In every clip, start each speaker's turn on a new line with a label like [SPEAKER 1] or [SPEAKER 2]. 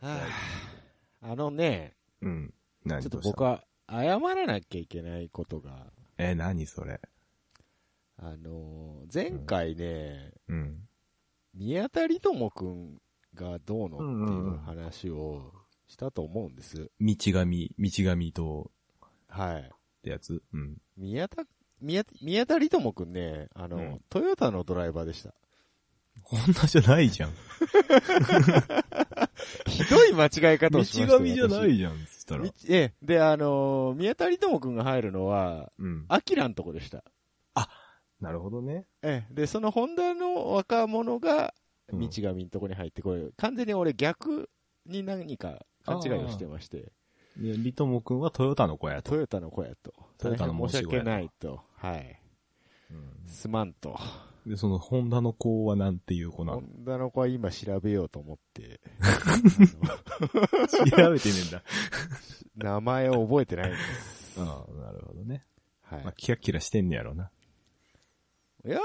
[SPEAKER 1] はあ、あのね、
[SPEAKER 2] うん。何
[SPEAKER 1] ちょっと
[SPEAKER 2] どうした
[SPEAKER 1] 僕は謝らなきゃいけないことが、
[SPEAKER 2] え、何それ。
[SPEAKER 1] あのー前回ね、
[SPEAKER 2] うん。
[SPEAKER 1] 宮田理友くんがどうのっていう話をしたと思うんです。
[SPEAKER 2] 道神、道神と、
[SPEAKER 1] はい。
[SPEAKER 2] ってやつうん。
[SPEAKER 1] 宮田、宮宮田理友くんね、あの、
[SPEAKER 2] うん
[SPEAKER 1] トヨタのドライバーでした。
[SPEAKER 2] 女じゃないじゃん。
[SPEAKER 1] ひどい間違い方
[SPEAKER 2] 道
[SPEAKER 1] をしましたよ
[SPEAKER 2] 神じゃな
[SPEAKER 1] 私
[SPEAKER 2] いじゃん、つったら
[SPEAKER 1] み。ええ、で、あのー宮田理友くんが入るのは、
[SPEAKER 2] うん。
[SPEAKER 1] アキラのとこでした。
[SPEAKER 2] なるほどね。
[SPEAKER 1] ええ、で、そのホンダの若者が、
[SPEAKER 2] う
[SPEAKER 1] 道
[SPEAKER 2] ん
[SPEAKER 1] 神のとこに入ってこれ、完全に俺逆に何か勘違いをしてまして、
[SPEAKER 2] で、リトモくんはトヨタの子や
[SPEAKER 1] ト
[SPEAKER 2] と。
[SPEAKER 1] ヨタの子やと。
[SPEAKER 2] トヨタの
[SPEAKER 1] 大変申し訳
[SPEAKER 2] 申し子やな
[SPEAKER 1] ないと。はい。
[SPEAKER 2] うん
[SPEAKER 1] すまんと。
[SPEAKER 2] で、その、ホンダの子はなんていう子な
[SPEAKER 1] ホ
[SPEAKER 2] の
[SPEAKER 1] ンダの子は今調べようと思 って、
[SPEAKER 2] 調べてねえん
[SPEAKER 1] あの
[SPEAKER 2] だ。
[SPEAKER 1] 名前を覚えてないんです。
[SPEAKER 2] うん、なるほどね。
[SPEAKER 1] はい
[SPEAKER 2] まあ、。キラキラしてんねやろな。
[SPEAKER 1] いや、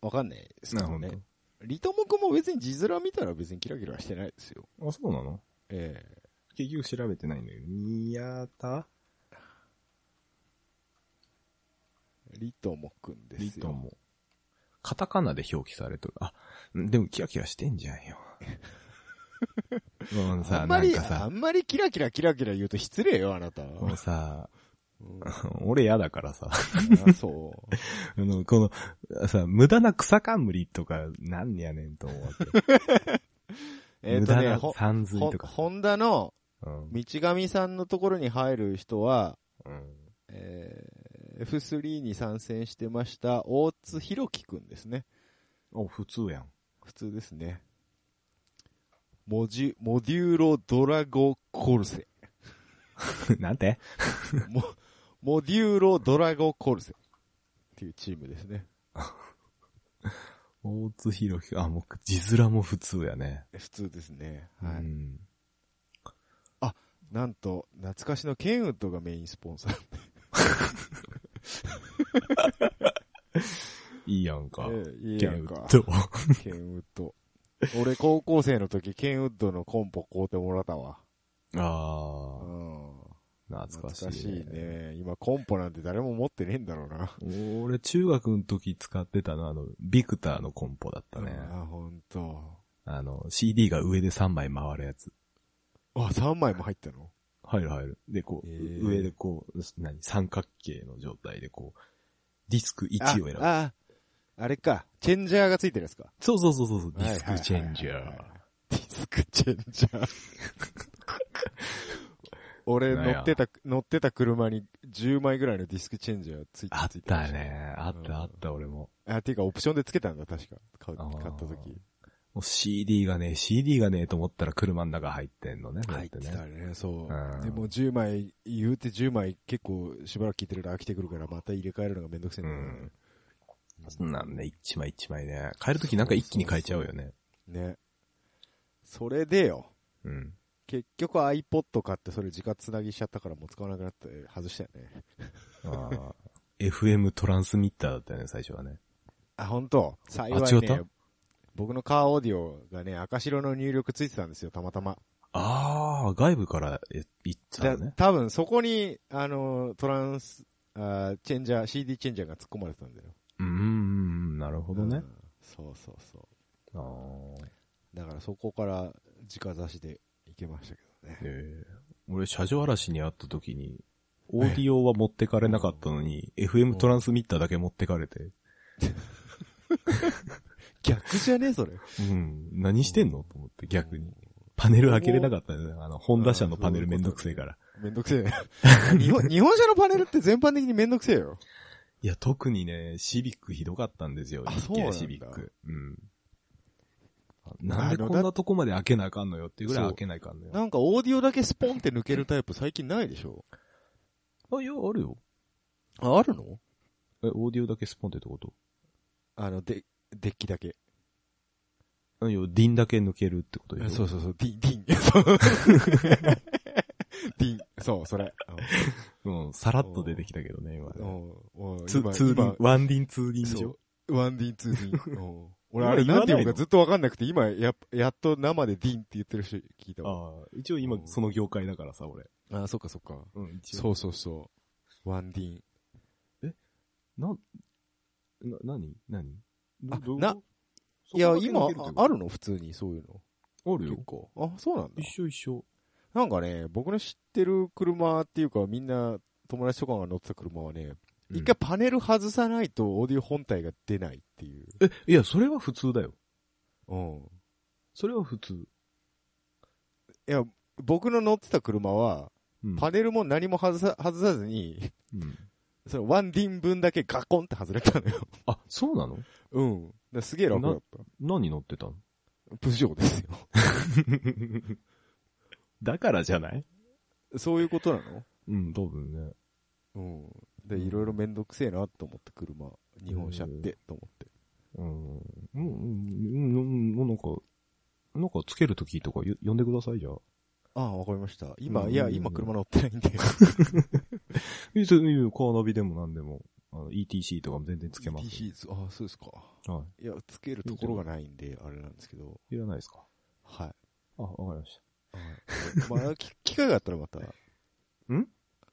[SPEAKER 1] わかんないですけ
[SPEAKER 2] なる
[SPEAKER 1] ど
[SPEAKER 2] ほ
[SPEAKER 1] ね。リトモくんも別に字面見たら別にキラキラしてないですよ。
[SPEAKER 2] ど。あ、そうなの
[SPEAKER 1] ええ
[SPEAKER 2] 結局調べてないんだけど。宮田
[SPEAKER 1] リトモくんですよ。
[SPEAKER 2] リトも。カタカナで表記されとる。あ、でもキラキラしてんじゃんよ。 もう
[SPEAKER 1] あ
[SPEAKER 2] さ、
[SPEAKER 1] んま
[SPEAKER 2] なん
[SPEAKER 1] り、
[SPEAKER 2] か
[SPEAKER 1] あ
[SPEAKER 2] さ、
[SPEAKER 1] んまりキラキラキラキラ言うと失礼よ、あなた。
[SPEAKER 2] もうさ、
[SPEAKER 1] うん
[SPEAKER 2] 俺嫌だからさ、
[SPEAKER 1] あ そう。
[SPEAKER 2] あの、この、さ、無駄な草冠とか、なんやねんと思うわけ。
[SPEAKER 1] えっ、
[SPEAKER 2] 無
[SPEAKER 1] と
[SPEAKER 2] 駄
[SPEAKER 1] ね、
[SPEAKER 2] な
[SPEAKER 1] ほ、
[SPEAKER 2] さんずい
[SPEAKER 1] ほ
[SPEAKER 2] と、か。
[SPEAKER 1] ホンダの
[SPEAKER 2] うん。
[SPEAKER 1] 道上さんのところに入る人は、
[SPEAKER 2] うん
[SPEAKER 1] えー F3 に参戦してました、大津弘樹くんですね。
[SPEAKER 2] お、普通やん。
[SPEAKER 1] 普通ですね。モジュ、モデューロドラゴコルセ。
[SPEAKER 2] なんて
[SPEAKER 1] モ、モデューロドラゴコルセ。っていうチームですね。
[SPEAKER 2] 大津弘樹。あ、もう、字面も普通やね。
[SPEAKER 1] 普通ですね。
[SPEAKER 2] う
[SPEAKER 1] はい。
[SPEAKER 2] ん。
[SPEAKER 1] なんと、懐かしのケンウッドがメインスポンサー。
[SPEAKER 2] いいやんか。
[SPEAKER 1] ええいい
[SPEAKER 2] ケ
[SPEAKER 1] や
[SPEAKER 2] ン
[SPEAKER 1] ん
[SPEAKER 2] ウ
[SPEAKER 1] か
[SPEAKER 2] ッ。ド。
[SPEAKER 1] ケンウッド。俺、高校生の時、ケンウッドのコンポ買うてもらったわ。うん。
[SPEAKER 2] ああ、
[SPEAKER 1] 懐
[SPEAKER 2] 懐かしい、
[SPEAKER 1] かしいね。今、コンポなんて誰も持ってねえんだろうな。
[SPEAKER 2] 俺、中学の時使ってたのは、あの、ビクターのコンポだったね。
[SPEAKER 1] あ、ほんと。
[SPEAKER 2] あの、CD が上で3枚回るやつ。
[SPEAKER 1] あ、3枚も入ったの
[SPEAKER 2] 入る入る。で、こう、
[SPEAKER 1] へー
[SPEAKER 2] 上でこう、何、三角形の状態でこう、ディスク1を選ぶ。
[SPEAKER 1] あ、あ、あれか。チェンジャーがついてるやつか。
[SPEAKER 2] そうそうそうそう、ディス
[SPEAKER 1] は
[SPEAKER 2] ク
[SPEAKER 1] い
[SPEAKER 2] チ
[SPEAKER 1] はいはい
[SPEAKER 2] ェンジャ
[SPEAKER 1] はいはい
[SPEAKER 2] ー。
[SPEAKER 1] ディスクチェンジ ャー。俺
[SPEAKER 2] なんや
[SPEAKER 1] 乗ってた、乗ってた車に10枚ぐらいのディスクチェンジャーついて
[SPEAKER 2] あっ
[SPEAKER 1] ついてま
[SPEAKER 2] た
[SPEAKER 1] した
[SPEAKER 2] ね。あったあった、俺も。
[SPEAKER 1] あ、っていうか、オプションでつけたんだ、確か。買う
[SPEAKER 2] あー
[SPEAKER 1] 買った時。
[SPEAKER 2] もう CD がね、CD がねえと思ったら車の中入ってんのね。こうやてね。
[SPEAKER 1] ね、そう
[SPEAKER 2] うん
[SPEAKER 1] でも10枚、言うて10枚結構しばらく聞いてると飽きてくるから、また入れ替えるのがめんどくせえんだよね。
[SPEAKER 2] そんなんね、一枚一枚ね。変えるときなんか一気に変えちゃうよね。
[SPEAKER 1] ね。それでよ、
[SPEAKER 2] うん。
[SPEAKER 1] 結局 iPod 買ってそれ自家つなぎしちゃったからもう使わなくなって外したよね。
[SPEAKER 2] ああ FM トランスミッターだったよね、最初はね。
[SPEAKER 1] あ、本当幸
[SPEAKER 2] あ
[SPEAKER 1] い
[SPEAKER 2] 違っ
[SPEAKER 1] ね
[SPEAKER 2] た、
[SPEAKER 1] 僕のカーオーディオがね、赤白の入力ついてたんですよ、たまたま。
[SPEAKER 2] ああ、外部からえ行ってた
[SPEAKER 1] だ
[SPEAKER 2] のね。
[SPEAKER 1] 多分そこに、あの、トランス、あーチェンジャー、CD チェンジャーが突っ込まれてたんだよ。
[SPEAKER 2] うんうんうん、なるほど
[SPEAKER 1] う
[SPEAKER 2] ね
[SPEAKER 1] ん。。そうそうそ
[SPEAKER 2] ああ
[SPEAKER 1] う。だからそこから直差しで行けましたけどね。
[SPEAKER 2] ええ俺、車上嵐に会った時に、オーディオは持ってかれなかったのに、FM トランスミッターだけ持ってかれて、
[SPEAKER 1] 逆じゃねそれ。
[SPEAKER 2] うん、何してんのと思って逆に。パネル開けれなかったね。あの、ホンダ車のパネルめんどくせえから。
[SPEAKER 1] めんどくせえね。 日本、日本車のパネルって全般的にめんどくせえよ。
[SPEAKER 2] いや、特にね、シビックひどかったんですよ。
[SPEAKER 1] あ
[SPEAKER 2] 日
[SPEAKER 1] そうなんだ
[SPEAKER 2] 系シビック。うん。なんでこんなとこまで開けなあかんのよっていうぐらい開けないかんのよ。
[SPEAKER 1] なんかオーディオだけスポンって抜けるタイプ最近ないでしょ
[SPEAKER 2] あ、いや、あるよ。
[SPEAKER 1] あ、あるの
[SPEAKER 2] え、オーディオだけスポンってってこと
[SPEAKER 1] あの、で、デッキだけ。
[SPEAKER 2] あいや、ディンだけ抜けるってことでし
[SPEAKER 1] そ
[SPEAKER 2] ょ
[SPEAKER 1] うそうそう、ディン、デ ィン。そうディン、そう、それ。
[SPEAKER 2] うん、さらっと出てきたけどね、今
[SPEAKER 1] うん
[SPEAKER 2] ね。
[SPEAKER 1] うんうん
[SPEAKER 2] ツー
[SPEAKER 1] 今
[SPEAKER 2] ツーリン
[SPEAKER 1] 今、
[SPEAKER 2] ワンディンツーリンでし
[SPEAKER 1] そ
[SPEAKER 2] ょ
[SPEAKER 1] うワンディン、ツーディン。うん俺、あれな
[SPEAKER 2] 今言わ
[SPEAKER 1] ん
[SPEAKER 2] な
[SPEAKER 1] て
[SPEAKER 2] いの
[SPEAKER 1] 読むかずっとわかんなくて、今、やっ、やっと生でディンって言ってる人聞いたわ。
[SPEAKER 2] ああ、一応今その業界だからさ、俺。
[SPEAKER 1] ああ、そっかそっか。
[SPEAKER 2] うん、一応。
[SPEAKER 1] そうそうそう。ワンディン。
[SPEAKER 2] な、な、なになに
[SPEAKER 1] あ
[SPEAKER 2] どどう
[SPEAKER 1] な
[SPEAKER 2] そ
[SPEAKER 1] いや
[SPEAKER 2] こ、だけ
[SPEAKER 1] 今、
[SPEAKER 2] 抜
[SPEAKER 1] あ
[SPEAKER 2] けってこと
[SPEAKER 1] あるの普通に、そういうの。
[SPEAKER 2] ある
[SPEAKER 1] 結
[SPEAKER 2] よ。
[SPEAKER 1] 構。あ、そうなんだ。
[SPEAKER 2] 一緒一緒。
[SPEAKER 1] なんかね、僕の知ってる車っていうか、みんな友達とかが乗ってた車はね、一回パネル外さないとオーディオ本体が出ないっていう。
[SPEAKER 2] え、いや、それは普通だよ。
[SPEAKER 1] うん。
[SPEAKER 2] それは普通。
[SPEAKER 1] いや、僕の乗ってた車は、
[SPEAKER 2] うん
[SPEAKER 1] パネルも何も外さ、外さずに、
[SPEAKER 2] うん
[SPEAKER 1] そのワンディン分だけガコンって外れたのよ。
[SPEAKER 2] あ、そうなの
[SPEAKER 1] うん。だからすげえ楽だっ
[SPEAKER 2] 何乗ってたの
[SPEAKER 1] た。プジョーですよ。
[SPEAKER 2] だからじゃない
[SPEAKER 1] そういうことなの
[SPEAKER 2] うん、多分ね。
[SPEAKER 1] うん。で、いろいろめんどくせえなと思って車、日本車って、と思って。
[SPEAKER 2] うん、うん、うん、うん、なんか、なんかつけるときとかよ呼んでくださいじゃあ。
[SPEAKER 1] ああ、わかりました。今、
[SPEAKER 2] うん
[SPEAKER 1] いや、今車乗ってないんで。
[SPEAKER 2] いいですよいいよカーナビでも何でも、あの ETC とかも全然つけます。
[SPEAKER 1] PC ああ、そうですか。
[SPEAKER 2] はい
[SPEAKER 1] や、つけるところがないんで、あれなんですけど。
[SPEAKER 2] い。いらないですか
[SPEAKER 1] はい。
[SPEAKER 2] あ、わかりまし
[SPEAKER 1] はいまあ、き機会があったらまた。
[SPEAKER 2] ん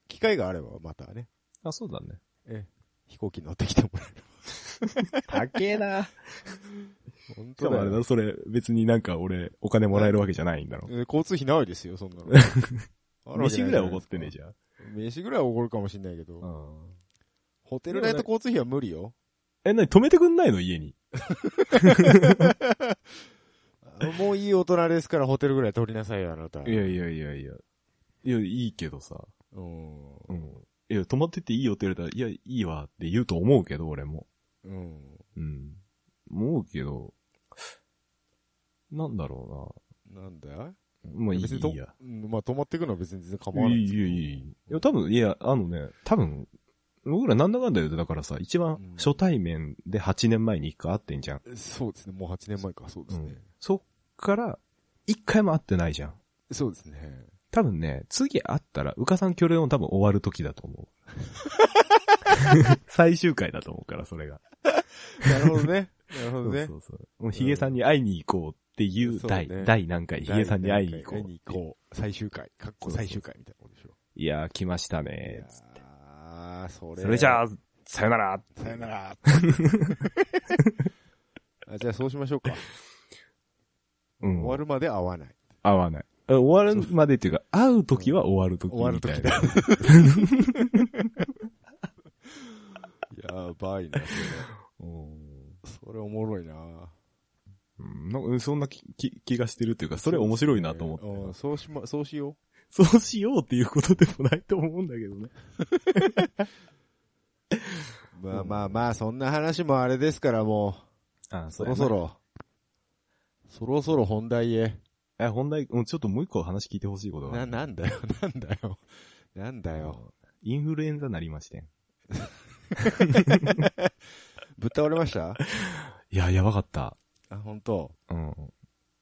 [SPEAKER 1] 機会があればまたね、
[SPEAKER 2] た。あ、そうだね。
[SPEAKER 1] ええ飛行機乗ってきてもらえる。
[SPEAKER 2] 高えな。
[SPEAKER 1] 本
[SPEAKER 2] しかもあれだ、それ別になんか俺、お金もらえるわけじゃないんだろ。
[SPEAKER 1] え交通費ないですよ、そん なの。あるわけ
[SPEAKER 2] 飯
[SPEAKER 1] な
[SPEAKER 2] ぐらいおごってねえ
[SPEAKER 1] じ
[SPEAKER 2] じゃん。
[SPEAKER 1] ゃん。飯ぐらいはおごるかもしんないけど、
[SPEAKER 2] うん。
[SPEAKER 1] ホテル代と交通費は無理よ。
[SPEAKER 2] え、なに止めてくんないの家に。
[SPEAKER 1] あもういい大人ですからホテルぐらい取りなさいよ、あなた。
[SPEAKER 2] いやいやいやいや。いや、いいけどさ。
[SPEAKER 1] うん。
[SPEAKER 2] うん。いや、泊まってていいホテルだ。いや、いいわって言うと思うけど、俺も。
[SPEAKER 1] うん。
[SPEAKER 2] うん。思うけど、なんだろ
[SPEAKER 1] なんだ
[SPEAKER 2] うな。まあいい
[SPEAKER 1] 別にと
[SPEAKER 2] いいや。
[SPEAKER 1] うんまあ、泊まっていくのは別に全然構わないんですけど。
[SPEAKER 2] いいいいいい。いや、多分、いや、あのね、多分、僕らなんだかんだ言うと、だからさ、一番
[SPEAKER 1] うん
[SPEAKER 2] 初対面で8年前に一回会ってんじゃん。
[SPEAKER 1] そうですね、もう8年前か、そうですね。
[SPEAKER 2] うんそっから、一回も会ってないじゃん。
[SPEAKER 1] そうですね。
[SPEAKER 2] 多分ね、次会ったら、うかさんキョレオン多分終わる時だ と思う。最終回だと思うから、それが。
[SPEAKER 1] なるほどね。なるほどね
[SPEAKER 2] そ。うそうそう。もうヒゲさんに会いに行こうっていう
[SPEAKER 1] そう
[SPEAKER 2] 第、
[SPEAKER 1] ね
[SPEAKER 2] 第何回、ヒゲさんに会いに行こう
[SPEAKER 1] 会い。に行こう。最終回。かっこ最終回みたいなことでしょ。
[SPEAKER 2] いやー、来ました
[SPEAKER 1] い
[SPEAKER 2] ね
[SPEAKER 1] やーそれ。
[SPEAKER 2] それじゃあ、さよなら
[SPEAKER 1] さよな ら。あじゃあそうしましょうか。
[SPEAKER 2] うん。
[SPEAKER 1] 終わるまで会わない。
[SPEAKER 2] 会わない。え終わるまでっていうか、会う時は終わる時
[SPEAKER 1] 終わる
[SPEAKER 2] みた
[SPEAKER 1] 時
[SPEAKER 2] いな。
[SPEAKER 1] だ。やばいな、それ。それおもろいな。
[SPEAKER 2] うんなんかうんそんな気気気がしてるっていうか、それ面白いなと思って。
[SPEAKER 1] うんそうしま、そうしよ
[SPEAKER 2] そうしようっていうことでもないと思うんだけどね。
[SPEAKER 1] う。まあまあまあ、そんな話もあれですからも
[SPEAKER 2] あ、
[SPEAKER 1] う、そろそ。ろ、そろそろ本題へ。
[SPEAKER 2] え、本題、うん、ちょっともう一個話聞いてほしいことが
[SPEAKER 1] な、
[SPEAKER 2] ある。
[SPEAKER 1] なんだよ、 なんだよ。なんだよ。
[SPEAKER 2] インフルエンザなりましてん。
[SPEAKER 1] ぶっ倒れました
[SPEAKER 2] いや、やばかった。
[SPEAKER 1] あ、本当。
[SPEAKER 2] うん。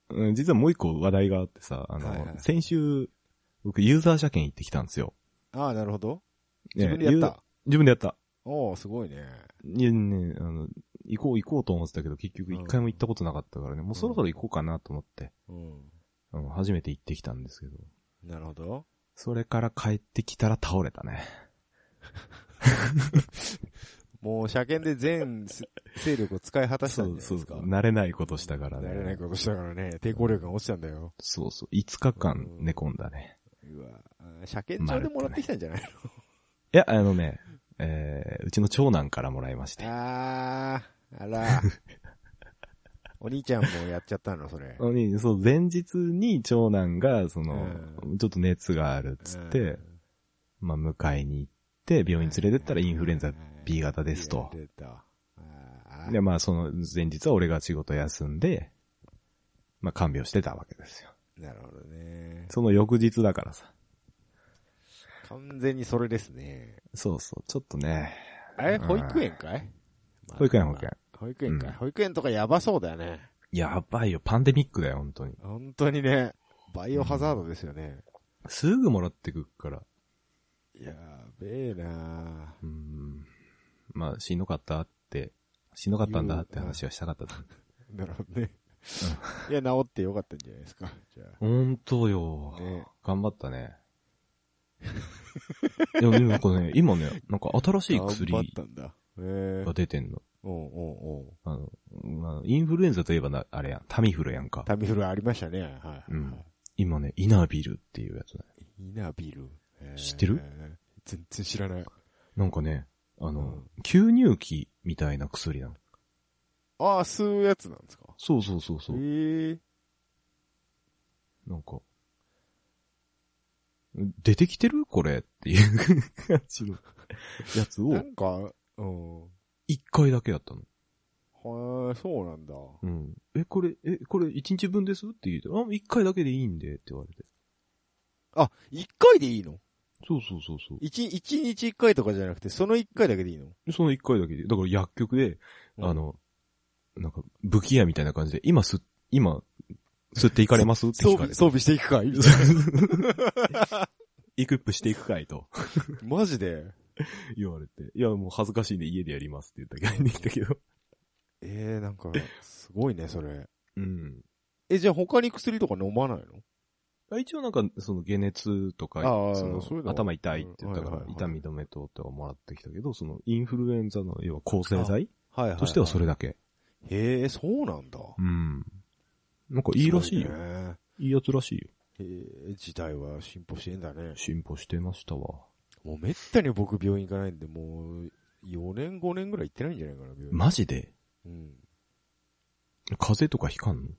[SPEAKER 2] うん実はもう一個話題があってさ、あの、
[SPEAKER 1] はいはい
[SPEAKER 2] 先週、僕ユーザー車検行ってきたんですよ。
[SPEAKER 1] ああ、なるほど。自分でやっ
[SPEAKER 2] ね
[SPEAKER 1] た。
[SPEAKER 2] ゆ自分でやった。
[SPEAKER 1] おおすごいね。
[SPEAKER 2] いやね、あの、行こう行こうと思ってたけど、結局一回も行ったことなかったからね、もうそろそろ行こうかなと思って、
[SPEAKER 1] うん。
[SPEAKER 2] あの初めて行ってきたんですけど、
[SPEAKER 1] なるほど。
[SPEAKER 2] それから帰ってきたら倒れたね。
[SPEAKER 1] もう車検で全す 勢力を使い果たしたんじゃないですか。
[SPEAKER 2] 慣れないことしたからね。
[SPEAKER 1] 慣れないことしたからね、抵抗力が落ちたんだよ。
[SPEAKER 2] そうそう、5日間寝込んだね。
[SPEAKER 1] うわあ車検場でもらってきたんじゃない
[SPEAKER 2] いや、あのね、えー、うちの長男からもらいまして。
[SPEAKER 1] あー、あ ら。お兄ちゃんもやっちゃったの、それ。
[SPEAKER 2] にそう、前日に長男が、その、ちょっと熱があるっつって、
[SPEAKER 1] うん
[SPEAKER 2] まあ、迎えに行って、病院連れてったらインフルエンザ B 型ですと。
[SPEAKER 1] 出た。あー
[SPEAKER 2] で、まあ、その前日は俺が仕事休んで、まあ、看病してたわけですよ。
[SPEAKER 1] なるほどね。
[SPEAKER 2] その翌日だからさ。
[SPEAKER 1] 完全にそれですね。
[SPEAKER 2] そうそう、ちょっとね。
[SPEAKER 1] あれ、
[SPEAKER 2] うん
[SPEAKER 1] 保育園かい
[SPEAKER 2] 保育園、保育園。。
[SPEAKER 1] 保育園かい、
[SPEAKER 2] うん
[SPEAKER 1] 保育園とかやばそうだよね。
[SPEAKER 2] やばいよ、パンデミックだよ、本当に。
[SPEAKER 1] 本当にね、バイオハザードですよね。
[SPEAKER 2] すぐもらってくっから。
[SPEAKER 1] やべえな
[SPEAKER 2] うん。まあ、しんどかったって、しんどかったんだって話はしたかったと思う。
[SPEAKER 1] ーだろうね。いや、治ってよかったんじゃないですか。じゃ
[SPEAKER 2] ほんとよ
[SPEAKER 1] あ。。ね。
[SPEAKER 2] 頑張ったね。 でもなんかね、今ね、なんか新しい
[SPEAKER 1] 頑張っ
[SPEAKER 2] 薬
[SPEAKER 1] たんだ。ええ
[SPEAKER 2] が。出てんの。
[SPEAKER 1] うんうんうん。
[SPEAKER 2] あの、まあ、インフルエンザといえばな、あれやん、タミフルやんか。
[SPEAKER 1] タミフルありましたね。はいはい。
[SPEAKER 2] うん今ね、イナビルっていうやつね。
[SPEAKER 1] イナビル。えー
[SPEAKER 2] 知ってる
[SPEAKER 1] 全然知らない。
[SPEAKER 2] なんかね、あの、
[SPEAKER 1] うん
[SPEAKER 2] 吸入器みたいな薬なの。
[SPEAKER 1] ああ、吸うやつなんですか。
[SPEAKER 2] そうそうそうそ
[SPEAKER 1] ええ
[SPEAKER 2] う。なんか、出てきてるこれっていう感じの やつ
[SPEAKER 1] な
[SPEAKER 2] を、
[SPEAKER 1] んか、うん。
[SPEAKER 2] 一回だけやったの。
[SPEAKER 1] はあ、そうなんだ。
[SPEAKER 2] うん。え、これ、え、これ一日分ですって言うと、あ、一回だけでいいんでって言われて。
[SPEAKER 1] あ、一回でいいの
[SPEAKER 2] そうそうそうそう。
[SPEAKER 1] 一、一日一回とかじゃなくて、その一回だけでいいの
[SPEAKER 2] その一回だけで、だから薬局で、
[SPEAKER 1] うん
[SPEAKER 2] あの、なんか、武器屋みたいな感じで、今す、今、吸っていかれますって
[SPEAKER 1] 装
[SPEAKER 2] 聞か
[SPEAKER 1] 備、
[SPEAKER 2] れて。
[SPEAKER 1] 装備していくかい
[SPEAKER 2] イクップしていくかいと
[SPEAKER 1] マジで
[SPEAKER 2] 言われて。いや、もう恥ずかしいんで家でやりますって言ったけど、入ってきたけど。
[SPEAKER 1] ええなんか、すごいね、それ。
[SPEAKER 2] うん。
[SPEAKER 1] え、じゃあ他に薬とか飲まないの
[SPEAKER 2] 一応なんか、その解熱とか
[SPEAKER 1] あ、あ
[SPEAKER 2] その
[SPEAKER 1] そういうの
[SPEAKER 2] 頭痛いって言ったか
[SPEAKER 1] うん
[SPEAKER 2] ら
[SPEAKER 1] は、いはいはい
[SPEAKER 2] 痛み止めとってはもらってきたけど、そのインフルエンザの、要は抗生剤
[SPEAKER 1] はいはい。
[SPEAKER 2] としてはそれ
[SPEAKER 1] だ。
[SPEAKER 2] だけ。
[SPEAKER 1] へえ、そうなんだ。
[SPEAKER 2] うん。なんかいいらしいよ
[SPEAKER 1] すご。ね
[SPEAKER 2] いいやつらしいよ。
[SPEAKER 1] へえ、時代は進歩してんだね。
[SPEAKER 2] 進歩してましたわ。
[SPEAKER 1] もうめったに僕病院行かないんで、もう、4年5年ぐらい行ってないんじゃないかな、病院。
[SPEAKER 2] マジで
[SPEAKER 1] うん。
[SPEAKER 2] 風邪とかひかんの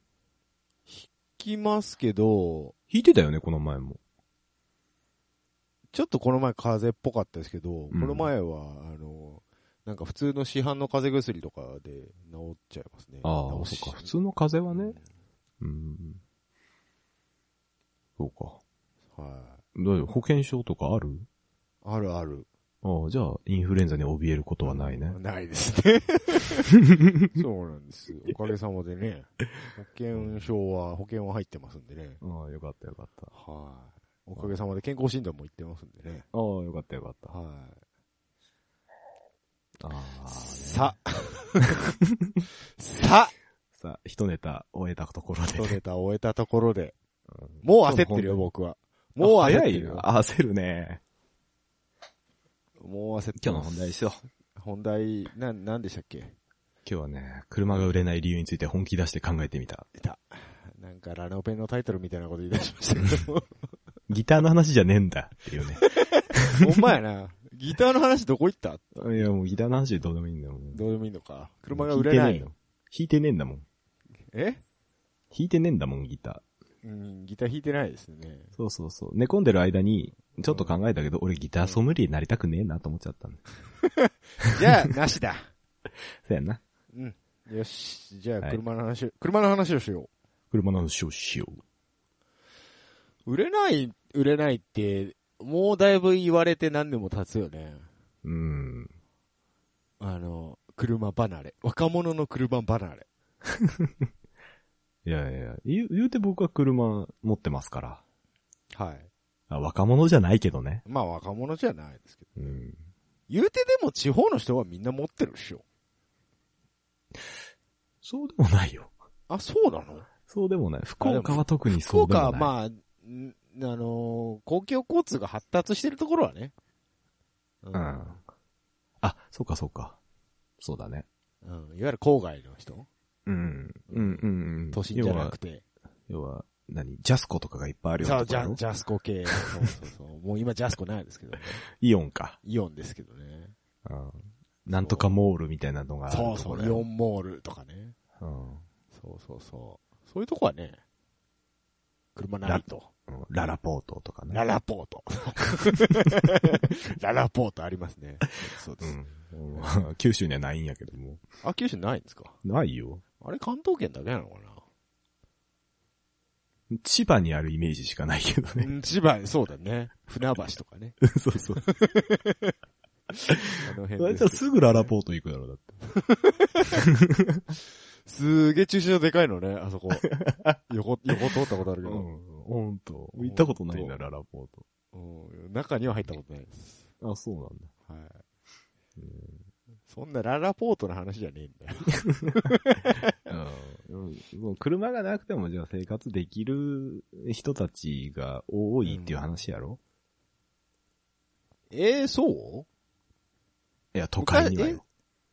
[SPEAKER 1] 聞きますけど、
[SPEAKER 2] 引いてたよね、この前も。
[SPEAKER 1] ちょっとこの前風邪っぽかったですけど、
[SPEAKER 2] うん
[SPEAKER 1] この前は、あの、なんか普通の市販の風邪薬とかで治っちゃいますね。
[SPEAKER 2] ああ、
[SPEAKER 1] 治し
[SPEAKER 2] そうか。普通の風邪はね。。うん。そうか。
[SPEAKER 1] うんはい。
[SPEAKER 2] だよ保険証とかある
[SPEAKER 1] あるある。
[SPEAKER 2] ああ、じゃあ、インフルエンザに怯えることはないね。
[SPEAKER 1] ないです ね。そうなんです。おかげさまでね。保険証は、保険は入ってますんでね。
[SPEAKER 2] ああ、よかったよかった。あ
[SPEAKER 1] はい。おかげさまで健康診断も行ってますんでね。
[SPEAKER 2] あ、よかったよかっ
[SPEAKER 1] は
[SPEAKER 2] た。あ
[SPEAKER 1] い。
[SPEAKER 2] あ、さ、
[SPEAKER 1] さ。 さ。
[SPEAKER 2] さ、一ネタ終えたところで
[SPEAKER 1] 一。ネタ終えたところで。もう焦ってるよ、僕は。もう焦っ
[SPEAKER 2] 早
[SPEAKER 1] て
[SPEAKER 2] い
[SPEAKER 1] るよ。
[SPEAKER 2] な焦るね。
[SPEAKER 1] もう焦って
[SPEAKER 2] 今
[SPEAKER 1] ま
[SPEAKER 2] 日の
[SPEAKER 1] す
[SPEAKER 2] 本題ですよ。
[SPEAKER 1] 本題、なん、なんでしたっけ
[SPEAKER 2] 今日はね、車が売れない理由について本気出して考えてみた。
[SPEAKER 1] いた。なんか、ラノベのタイトルみたいなこと言い出しましたけど。
[SPEAKER 2] ギターの話じゃねえんだっていうね。
[SPEAKER 1] ほんまやな。ギターの話どこ行った
[SPEAKER 2] いや、もうギターの話でどうでもいいんだよ。もう
[SPEAKER 1] どうでもいいのか。車が売れない。
[SPEAKER 2] 弾いてねえんだもん。
[SPEAKER 1] え
[SPEAKER 2] 弾いてねえんだもん、ギタ
[SPEAKER 1] うん、ギター弾いてないですね。
[SPEAKER 2] ー。そうそうそう。寝込んでる間に、ちょっと考えたけど、俺ギターソムリエになりたくねえなと思っちゃったん だ。
[SPEAKER 1] じゃあ、なしだ。
[SPEAKER 2] そうやんな。
[SPEAKER 1] うん。 よし。じゃあ、
[SPEAKER 2] はい
[SPEAKER 1] 車の話、車の話をしよ
[SPEAKER 2] 車の話をしよう。
[SPEAKER 1] う。売れない、売れないって、もうだいぶ言われて何年も経つよね。
[SPEAKER 2] うーん。
[SPEAKER 1] あの、車離れ。若者の車離れ。
[SPEAKER 2] いやいや、言う言うて僕は車持ってますから。
[SPEAKER 1] はい。
[SPEAKER 2] あ若者じゃないけどね。
[SPEAKER 1] まあ、若者じゃないですけど。
[SPEAKER 2] うん。
[SPEAKER 1] 言うてでも地方の人はみんな持ってるっしょ。
[SPEAKER 2] そうでもないよ。
[SPEAKER 1] あ、そうなの
[SPEAKER 2] そうでもない。福岡は特に
[SPEAKER 1] 福
[SPEAKER 2] そうで
[SPEAKER 1] 岡
[SPEAKER 2] もな。
[SPEAKER 1] はいまあ、
[SPEAKER 2] あ。
[SPEAKER 1] んあのー公共交通が発達してるところはね。う
[SPEAKER 2] うん。あ、そうかそうか。そうだね。
[SPEAKER 1] うん。いわゆる郊外の人
[SPEAKER 2] うん。うんうんうん。
[SPEAKER 1] 都心じゃなくて。
[SPEAKER 2] 要は、要は何ジャスコとかがいっぱいあるよう
[SPEAKER 1] そ
[SPEAKER 2] な
[SPEAKER 1] う、
[SPEAKER 2] とこ
[SPEAKER 1] ジ
[SPEAKER 2] やろ
[SPEAKER 1] ャジャスコ系。そうそうそう。 もう今ジャスコないですけどね。
[SPEAKER 2] イオンか。
[SPEAKER 1] イオンですけどね。
[SPEAKER 2] うんなんとかモールみたいなのがある
[SPEAKER 1] そう
[SPEAKER 2] と
[SPEAKER 1] そ
[SPEAKER 2] こ
[SPEAKER 1] う、
[SPEAKER 2] ろ
[SPEAKER 1] イ
[SPEAKER 2] や
[SPEAKER 1] オンモールとかね。そうそうそう。そういうとこはね、車ないと。
[SPEAKER 2] うんうんララポートとかね。
[SPEAKER 1] ララポート。ララポートありますね。そうです。
[SPEAKER 2] うん 九州にはないんやけども。
[SPEAKER 1] あ、九州ないんですか
[SPEAKER 2] ないよ。
[SPEAKER 1] あれ関東圏だけなのか
[SPEAKER 2] 千葉にあるイメージしかないけど
[SPEAKER 1] な、
[SPEAKER 2] ね。
[SPEAKER 1] うん千葉、そうだね。船橋とかね。
[SPEAKER 2] そう そう。
[SPEAKER 1] あの
[SPEAKER 2] あ
[SPEAKER 1] 辺で
[SPEAKER 2] いつ
[SPEAKER 1] す
[SPEAKER 2] はすぐララポート行くだろ、だって。
[SPEAKER 1] すげえ駐車場でかいのね、あ そこ。横、横通ったことあるけど。
[SPEAKER 2] ほんと。行ったことない
[SPEAKER 1] ほ
[SPEAKER 2] な、
[SPEAKER 1] ん
[SPEAKER 2] ララポー
[SPEAKER 1] うん中には入ったことないです。
[SPEAKER 2] ト。あ、そうなんだ。
[SPEAKER 1] はい。そんなララポートの話じゃねえんだよ。
[SPEAKER 2] うんうんもう車がなくてもじゃあ生活できる人たちが多いっていう話やろ、
[SPEAKER 1] ええそう
[SPEAKER 2] いや、都会にはよ。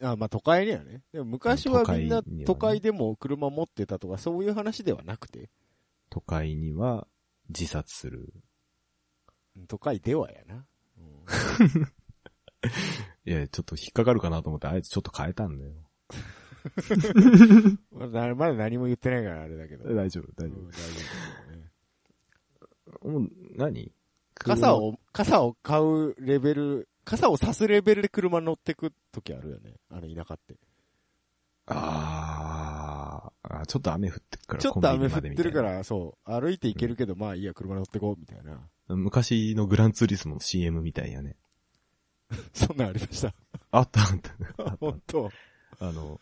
[SPEAKER 1] あまあ都会にはね。でも昔はみんな
[SPEAKER 2] 都会にはね
[SPEAKER 1] 都会でも車持ってたとかそういう話ではなくて、
[SPEAKER 2] 都会には自殺する。
[SPEAKER 1] うん都会ではやな。うん
[SPEAKER 2] いや、ちょっと引っかかるかなと思って、あいつちょっと変えたんだよ。
[SPEAKER 1] まだまだ何も言ってないからあれだけど。
[SPEAKER 2] 大丈夫、
[SPEAKER 1] う
[SPEAKER 2] 大
[SPEAKER 1] ん大丈夫だけどね
[SPEAKER 2] 夫。もう、何
[SPEAKER 1] 傘。を、傘を買うレベル、傘を差すレベルで車乗ってく時あるよね。あの田舎って。
[SPEAKER 2] あーあ、ちょっと雨降ってるから、
[SPEAKER 1] ちょっと雨降っ
[SPEAKER 2] コンビニまで
[SPEAKER 1] て
[SPEAKER 2] みたい
[SPEAKER 1] る
[SPEAKER 2] な
[SPEAKER 1] から、そう、歩いて行けるけど、まあいいや、車乗ってこう、みたいな。
[SPEAKER 2] 昔のグランツーリスモの CM みたいやね。
[SPEAKER 1] そんなんありました。
[SPEAKER 2] あったあった。あったあっ
[SPEAKER 1] 本当
[SPEAKER 2] たあの、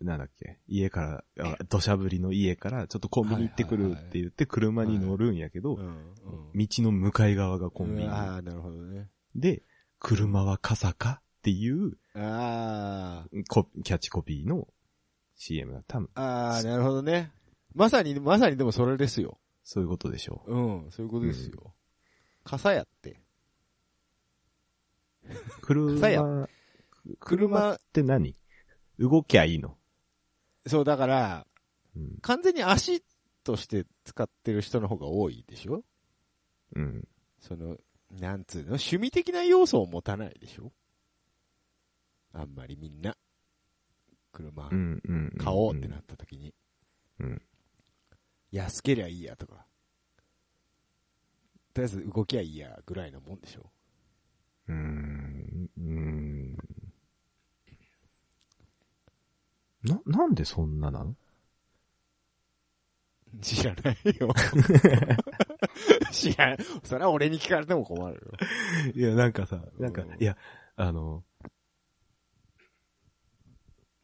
[SPEAKER 2] なんだっけ、家から、あ土砂降りの家から、ちょっとコンビニ行ってくるって言って車に乗るんやけど、
[SPEAKER 1] うん。うん
[SPEAKER 2] 道の向かい側がコンビニ。
[SPEAKER 1] ああ、なるほどね。
[SPEAKER 2] で、車は傘かっていう
[SPEAKER 1] あ
[SPEAKER 2] コキャッチコピーの CM だった。多分
[SPEAKER 1] あ、ああ、なるほどね。まさに、まさにでもそれですよ。
[SPEAKER 2] そういうことでしょ
[SPEAKER 1] うん、そういうことですよ。傘やって。
[SPEAKER 2] う。車、
[SPEAKER 1] 傘や
[SPEAKER 2] 車
[SPEAKER 1] 車
[SPEAKER 2] っ、て何動きゃいいの。
[SPEAKER 1] そう、だから、
[SPEAKER 2] うん。
[SPEAKER 1] 完全に足として使ってる人の方が多いでしょ
[SPEAKER 2] うん。
[SPEAKER 1] その、なんつうの、趣味的な要素を持たないでしょあんまりみんな、車
[SPEAKER 2] う、ん。うん。うん
[SPEAKER 1] 買おうってなっ。た時に、
[SPEAKER 2] うん。
[SPEAKER 1] 安けりゃいいやとか、とりあえず動きゃいいやぐらいのもんでしょ
[SPEAKER 2] うん。うん。な、なんでそんななの
[SPEAKER 1] 知らない よ。知らん。それは俺に聞かれても困るよ。
[SPEAKER 2] いや、なんかさ、なんか
[SPEAKER 1] うん、
[SPEAKER 2] いや、あの、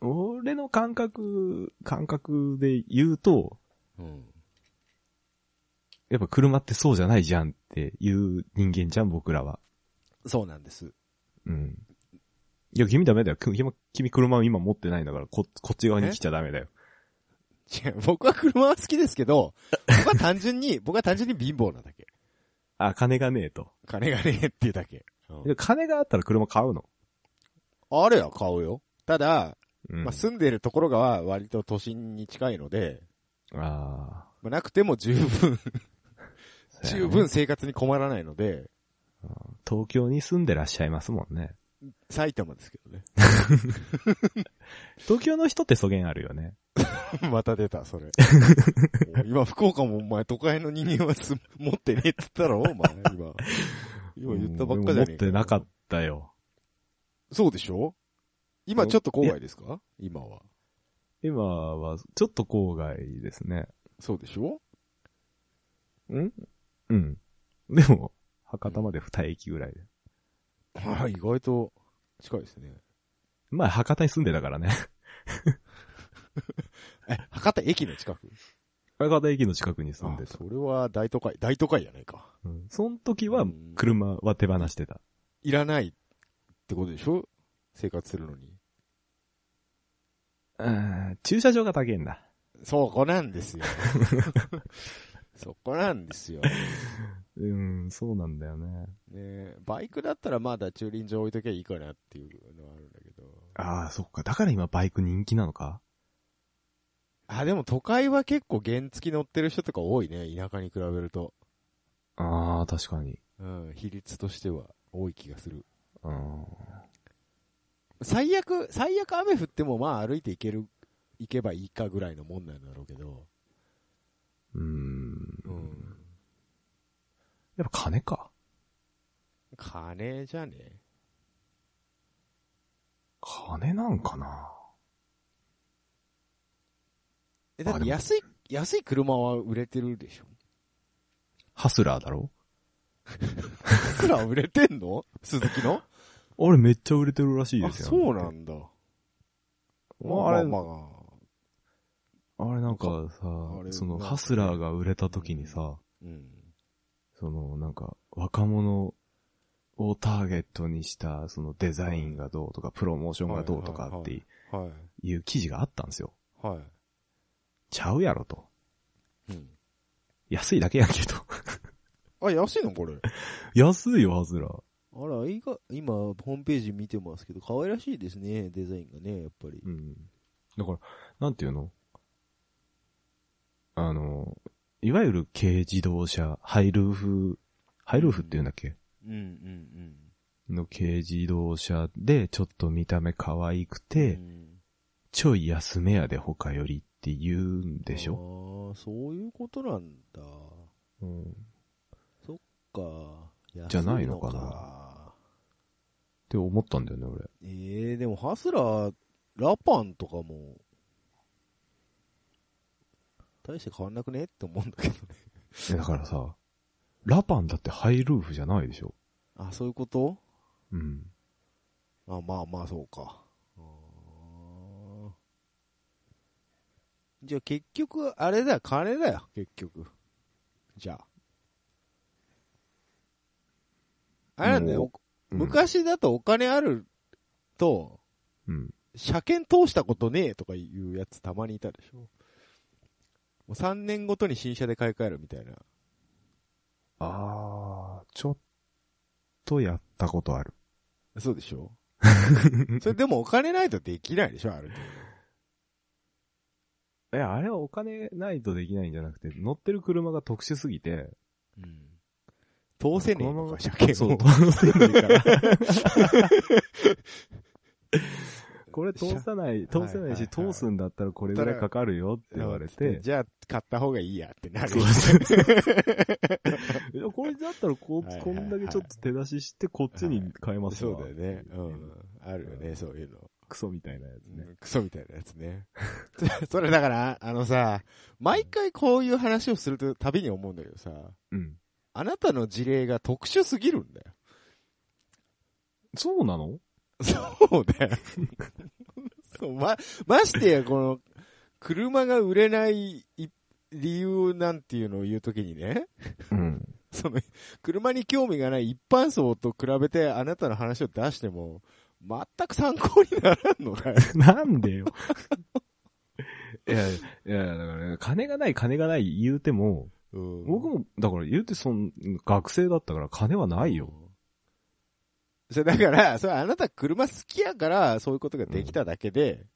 [SPEAKER 2] 俺の感覚、感覚で言うと、
[SPEAKER 1] うん。
[SPEAKER 2] やっぱ車ってそうじゃないじゃんっていう人間じゃん、僕らは。
[SPEAKER 1] そうなんです。
[SPEAKER 2] うん。いや、君ダメだよ。君、君君車を今持ってないんだから、こ、こっち側に来ちゃダメだよ。
[SPEAKER 1] 違う僕は車は好きですけ ど、僕は単純に、僕は単純に貧乏なだけ。
[SPEAKER 2] あ、金がねえと。
[SPEAKER 1] 金がねえっていうだけ。うん
[SPEAKER 2] いや金があったら車買うの。
[SPEAKER 1] あれは買うよ。ただ、
[SPEAKER 2] うん。
[SPEAKER 1] まあ、住んでるところが割と都心に近いので、
[SPEAKER 2] あ
[SPEAKER 1] まあ、なくても十 分、
[SPEAKER 2] ーそうや
[SPEAKER 1] 十
[SPEAKER 2] ね
[SPEAKER 1] 分生活に困らないので、
[SPEAKER 2] 東京に住んでらっしゃいますもんね。
[SPEAKER 1] 埼玉ですけどね。
[SPEAKER 2] 東京の人って素言あるよね。
[SPEAKER 1] また出た、それ。 もう今、福岡もお前、都会の人間はす持ってねえって言ったろ、お前、今。今言ったばっかじゃねえ
[SPEAKER 2] うんでも持ってなかったよ。
[SPEAKER 1] そうでしょ今ちょっと郊外ですか今は。
[SPEAKER 2] 今は、ちょっと郊外ですね。
[SPEAKER 1] そうでしょ
[SPEAKER 2] んうん。でも、博多まで二駅ぐらいで。
[SPEAKER 1] はい、意外と近いですね。
[SPEAKER 2] まあ、博多に住んでたからね。
[SPEAKER 1] え、博多駅の近く
[SPEAKER 2] 博多駅の近くに住んで
[SPEAKER 1] あ
[SPEAKER 2] た。
[SPEAKER 1] それは大都会、大都会じゃないか。
[SPEAKER 2] うん。その時は、車は手放してた。
[SPEAKER 1] いらないってことでしょ生活するのに。
[SPEAKER 2] うん、駐車場が高いんだ。
[SPEAKER 1] そこなんです よ。そこなんですよ。
[SPEAKER 2] うん、そうなんだよね。
[SPEAKER 1] ねバイクだったらまだ駐輪場置いときゃいいかなっていうのはあるんだけど。
[SPEAKER 2] ああ、そっか。だから今バイク人気なのか
[SPEAKER 1] あ、でも都会は結構原付き乗ってる人とか多いね。田舎に比べると。
[SPEAKER 2] ああ、確かに。
[SPEAKER 1] うん、比率としては多い気がする。
[SPEAKER 2] うん。
[SPEAKER 1] 最悪、最悪雨降ってもまあ歩いて行ける、行けばいいかぐらいのもんなんだろうけど。
[SPEAKER 2] うん。
[SPEAKER 1] うん。
[SPEAKER 2] やっぱ金か。
[SPEAKER 1] 金じゃね
[SPEAKER 2] 金なんかな。
[SPEAKER 1] え、だっ
[SPEAKER 2] あ
[SPEAKER 1] て
[SPEAKER 2] でも
[SPEAKER 1] 安い、安い車は売れてるでしょ
[SPEAKER 2] ハスラーだろ
[SPEAKER 1] いくら売れてんの 鈴木の
[SPEAKER 2] あれめっちゃ売れてるらしいですよ、
[SPEAKER 1] そうなんだ。
[SPEAKER 2] まあ、あれ、
[SPEAKER 1] まあま
[SPEAKER 2] あれなんか
[SPEAKER 1] あ
[SPEAKER 2] さ、
[SPEAKER 1] れ
[SPEAKER 2] その
[SPEAKER 1] まあ
[SPEAKER 2] ハスラーが売れた時にさ、
[SPEAKER 1] うん。
[SPEAKER 2] そのなんか若者をターゲットにしたそのデザインがどうとかプロモーションがどうとかって
[SPEAKER 1] はい。
[SPEAKER 2] いう記事があったんですよ。
[SPEAKER 1] はい。
[SPEAKER 2] ちゃうやろと。
[SPEAKER 1] うん。
[SPEAKER 2] 安いだけやけど。
[SPEAKER 1] あ、安いのこれ。
[SPEAKER 2] 安いよ、ハズラ。
[SPEAKER 1] あら、いいか今、ホームページ見てますけど、可愛らしいですね、デザインがね、やっぱり
[SPEAKER 2] う。ん。だから、なんていうのあの、いわゆる軽自動車、ハイルーフ、ハイルーフって言うんだっけ
[SPEAKER 1] うん、うん、
[SPEAKER 2] の軽自動車で、ちょっと見た目可愛く
[SPEAKER 1] うん。
[SPEAKER 2] て、
[SPEAKER 1] うん
[SPEAKER 2] ちょい安めやで他よりって言うんでし
[SPEAKER 1] あ
[SPEAKER 2] ょ、
[SPEAKER 1] あ、そういうことなんだ。
[SPEAKER 2] うん、
[SPEAKER 1] か。
[SPEAKER 2] じゃないのかな
[SPEAKER 1] 安か
[SPEAKER 2] って思ったんだよね、俺。
[SPEAKER 1] ええでもハスラー、ラパンとかも、大して変わんなくねって思うんだけどね。
[SPEAKER 2] えだからさ、ラパンだってハイルーフじゃないでしょ
[SPEAKER 1] あ、そういうこと
[SPEAKER 2] うん。
[SPEAKER 1] あ、まあまあ、そうか。あーじゃあ結局、あれだよ、金だよ、結局。じゃあ。あれなんだよ、
[SPEAKER 2] もうん、
[SPEAKER 1] 昔だとお金あると、
[SPEAKER 2] うん。
[SPEAKER 1] 車検通したことねえとかいうやつたまにいたでしょ。もう3年ごとに新車で買い替えるみたいな。
[SPEAKER 2] あー、ちょっとやったことある。
[SPEAKER 1] そうでし ょそれでもお金ないとできないでしょある程
[SPEAKER 2] いや、あれはお金ないとできないんじゃなくて、乗ってる車が特殊すぎて、
[SPEAKER 1] 度。通せねえ
[SPEAKER 2] この
[SPEAKER 1] のか、
[SPEAKER 2] まま
[SPEAKER 1] 車検
[SPEAKER 2] そう
[SPEAKER 1] を。
[SPEAKER 2] 通せないから。これ通さない、
[SPEAKER 1] 車
[SPEAKER 2] 通せないし、
[SPEAKER 1] はいはいはい
[SPEAKER 2] 通すんだったらこれぐらいかかるよって言われて、
[SPEAKER 1] じゃあ、買った方がいいやってなる。
[SPEAKER 2] そうそうそういやこれだったらこ
[SPEAKER 1] はいは
[SPEAKER 2] う、
[SPEAKER 1] い
[SPEAKER 2] こんだけちょっと手出しして、こっちに変えます
[SPEAKER 1] そ
[SPEAKER 2] わ。
[SPEAKER 1] うだよね。うん。あるよね、そういうの。
[SPEAKER 2] クソみたいなやつね。
[SPEAKER 1] クソみたいなやつね。 それだから、あのさ、毎回こういう話をするとたびに思うんだけどさ、
[SPEAKER 2] うん。
[SPEAKER 1] あなたの事例が特殊すぎるんだよ。
[SPEAKER 2] そうなの
[SPEAKER 1] そうだよ。そうま、ましてや、この、車が売れないい理由なんていうのを言うときにね、
[SPEAKER 2] うん。
[SPEAKER 1] その、車に興味がない一般層と比べてあなたの話を出しても、全く参考にならんのかよ。
[SPEAKER 2] な んでよ。いや、いや、だから、金がない、金がない言うても、
[SPEAKER 1] うん
[SPEAKER 2] 僕も、だから言うて、その、学生だったから金はないよ。。
[SPEAKER 1] それだから、それあなた車好きやから、そういうことができただけで、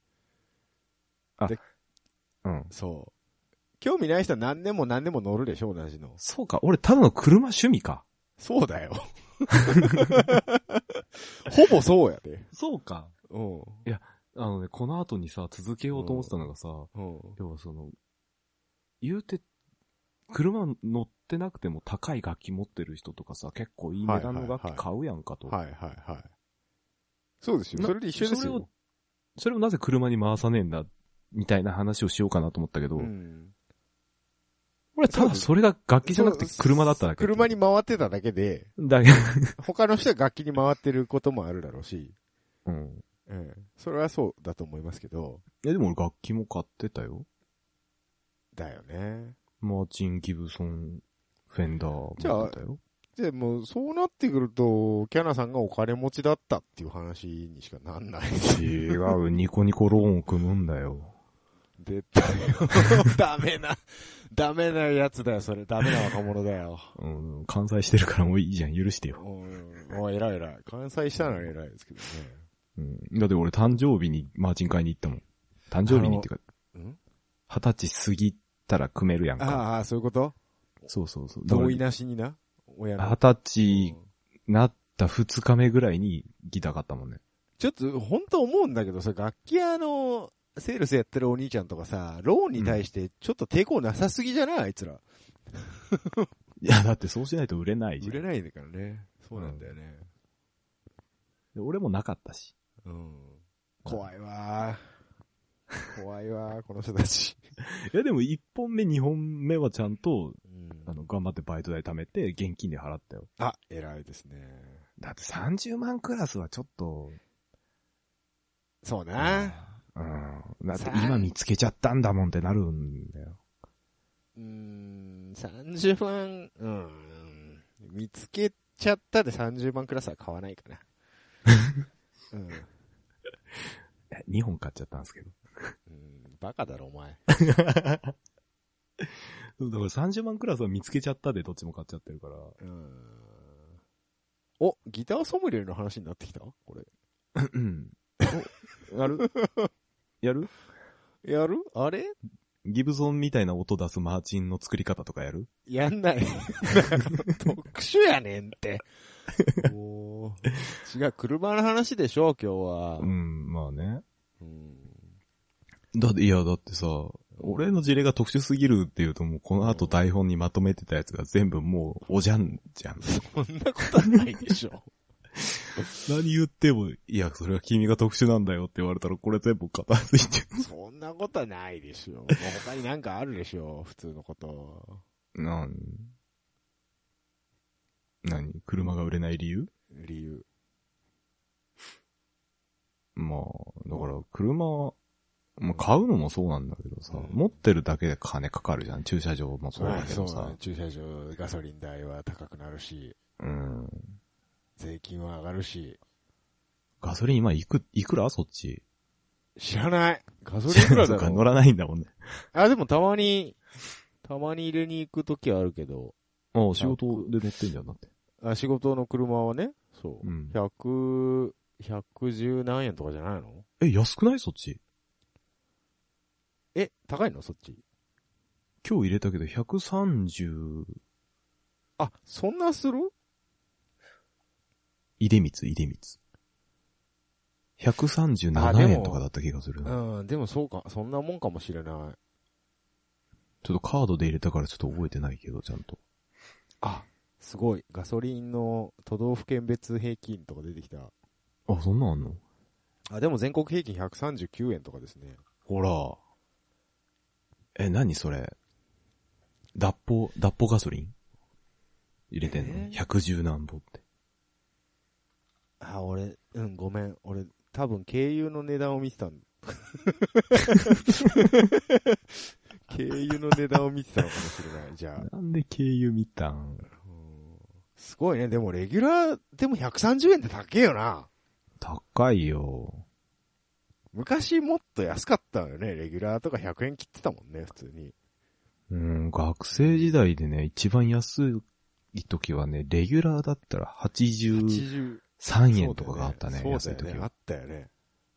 [SPEAKER 2] うん。
[SPEAKER 1] そう。興味ない人は何年も何年も乗るでしょ、同じの。
[SPEAKER 2] そうか、俺ただの車趣味か。
[SPEAKER 1] そうだよ。ほぼそうやで。
[SPEAKER 2] そうか。
[SPEAKER 1] うん。
[SPEAKER 2] あのね、この後にさ、続けようと思ってたのがさ、
[SPEAKER 1] うん。
[SPEAKER 2] 要はその、言うて、車乗ってなくても高い楽器持ってる人とかさ、結構いい値段の楽器買うやんかと。
[SPEAKER 1] はいはいはい。そうですよ。
[SPEAKER 2] な
[SPEAKER 1] それで一緒です
[SPEAKER 2] それ
[SPEAKER 1] よ
[SPEAKER 2] を。、それをなぜ車に回さねえんだ、みたいな話をしようかなと思ったけど、
[SPEAKER 1] うん。
[SPEAKER 2] 俺ただそれが楽器じゃなくて車だっただ け。
[SPEAKER 1] 車に。回ってただけで、
[SPEAKER 2] だけ。
[SPEAKER 1] 他の人は楽器に回ってることもあるだろうし、
[SPEAKER 2] うん。
[SPEAKER 1] うん。それはそうだと思いますけど、
[SPEAKER 2] いやでも俺楽器も買ってたよ。
[SPEAKER 1] だよね。
[SPEAKER 2] マーチン・ギブソン、フェンダー持ってたよ。
[SPEAKER 1] でも、そうなってくると、キャナさんがお金持ちだったっていう話にしかなんないし。
[SPEAKER 2] 違う、ニコニコローンを組むんだよ。
[SPEAKER 1] 出たよ。 ダメな、ダメなやつだよ、それ。ダメな若者だよ。
[SPEAKER 2] うん、関西してるからもういいじゃん、許してよ。
[SPEAKER 1] うん。おい偉い偉い。関西したなら偉いですけどね。
[SPEAKER 2] うん。だって俺誕生日にマーチン買いに行ったもん。誕生日にっていうか、
[SPEAKER 1] うん
[SPEAKER 2] 二十歳過ぎたら組めるやんか。
[SPEAKER 1] ああ、そういうこと
[SPEAKER 2] そうそうそう。だから
[SPEAKER 1] 同意なしにな親の。
[SPEAKER 2] 二十歳なった二日目ぐらいにギター買ったもんね。
[SPEAKER 1] ちょっと、本当思うんだけどさ、楽器屋の、セールスやってるお兄ちゃんとかさ、ローンに対してちょっと抵抗なさすぎじゃないあいつら。
[SPEAKER 2] いや、だってそうしないと売れないじゃん。
[SPEAKER 1] 売れないんだからね。そうなんだよね。
[SPEAKER 2] で俺もなかったし。
[SPEAKER 1] うん。怖いわー。怖いわー、この人たち。
[SPEAKER 2] いや、でも一本目、二本目はちゃんと、
[SPEAKER 1] うん
[SPEAKER 2] あの、頑張ってバイト代貯めて、現金で払ったよ。
[SPEAKER 1] あ、偉いですね。
[SPEAKER 2] だって30万クラスはちょっと、
[SPEAKER 1] そうな。
[SPEAKER 2] うん。だって
[SPEAKER 1] さあ
[SPEAKER 2] 今見つけちゃったんだもんってなるんだよ。
[SPEAKER 1] うーん、30万、うん、見つけちゃったで30万クラスは買わない かな。うん、
[SPEAKER 2] 2本買っちゃったんですけど。
[SPEAKER 1] うんバカだろ、お前。
[SPEAKER 2] そうだから30万クラスは見つけちゃったで、どっちも買っちゃってるから。
[SPEAKER 1] うーんお、ギターソムリエの話になってきたこれ。
[SPEAKER 2] うん。やるやる
[SPEAKER 1] やるあれ
[SPEAKER 2] ギブソンみたいな音出すマーチンの作り方とかやる
[SPEAKER 1] やん ない。特殊やねんって。もう、違う、車の話でしょ、今日
[SPEAKER 2] う
[SPEAKER 1] は。
[SPEAKER 2] ん、まあね。
[SPEAKER 1] うん。
[SPEAKER 2] だって、いや、だってさ、俺の事例が特殊すぎるっていうと、もうこの後台本にまとめてたやつが全部もうおじゃんじゃん。
[SPEAKER 1] そんなことはないでしょ。
[SPEAKER 2] 何言っても、いや、それは君が特殊なんだよって言われたら、これ全部片付いちゃ
[SPEAKER 1] そんなことはないでしょ。他になんかあるでしょ、普通のこと。
[SPEAKER 2] う。なん何車が売れない理由
[SPEAKER 1] 理由。
[SPEAKER 2] まあ、だから、車は、まあ、買うのもそうなんだけどさ、
[SPEAKER 1] うん
[SPEAKER 2] 持ってるだけで金かかるじゃん。駐車場もそうだけ
[SPEAKER 1] そ
[SPEAKER 2] ど
[SPEAKER 1] うだ
[SPEAKER 2] さ
[SPEAKER 1] ね。。駐車場、ガソリン代は高くなるし、
[SPEAKER 2] うん。
[SPEAKER 1] 税金は上がるし。
[SPEAKER 2] ガソリン今いく、いくらそっち。
[SPEAKER 1] 知らない。ガソリンいくら
[SPEAKER 2] そ
[SPEAKER 1] だ
[SPEAKER 2] っか
[SPEAKER 1] ろ
[SPEAKER 2] 乗らないんだもんね。
[SPEAKER 1] あ、でもたまに、たまに入れに行くときはあるけど、
[SPEAKER 2] ああ、仕事で乗ってんじゃん、だって。
[SPEAKER 1] あ仕事の車はね、そう。
[SPEAKER 2] うん。
[SPEAKER 1] 100、110何円とかじゃないの
[SPEAKER 2] え、安くないそっち。
[SPEAKER 1] え、高いのそっち。
[SPEAKER 2] 今日入れたけど、130、
[SPEAKER 1] あ、そんなする
[SPEAKER 2] 入れ光、入れ光。
[SPEAKER 1] あ
[SPEAKER 2] 137
[SPEAKER 1] で
[SPEAKER 2] 円
[SPEAKER 1] も
[SPEAKER 2] とかだった気がするな。
[SPEAKER 1] うん、でもそうか、そんなもんかもしれない。
[SPEAKER 2] ちょっとカードで入れたからちょっと覚えてないけど、ちゃんと。
[SPEAKER 1] あ、すごい。ガソリンの都道府県別平均とか出てきた。
[SPEAKER 2] あ、そんなんあんの
[SPEAKER 1] あ、でも全国平均139円とかですね。
[SPEAKER 2] ほら。え、何それ。脱法、脱法ガソリン入れてんの、
[SPEAKER 1] えー
[SPEAKER 2] ?110 何本って。
[SPEAKER 1] あ、俺、うん、ごめん。俺、多分、軽油の値段を見てた ん軽油の値段を見てたのかもしれない。じゃあ。
[SPEAKER 2] なんで経由見たん
[SPEAKER 1] うんすごいね。でも、レギュラー、でも130円って高えよな。
[SPEAKER 2] 高いよ。
[SPEAKER 1] 昔もっと安かったよね。レギュラーとか100円切ってたもんね、普通に。
[SPEAKER 2] うん、学生時代でね、一番安い時はね、レギュラーだったら83
[SPEAKER 1] 80。
[SPEAKER 2] 円とかがあったね、
[SPEAKER 1] そう
[SPEAKER 2] 安
[SPEAKER 1] だ
[SPEAKER 2] い
[SPEAKER 1] よ
[SPEAKER 2] 時
[SPEAKER 1] ね。あ
[SPEAKER 2] は。
[SPEAKER 1] ったよね。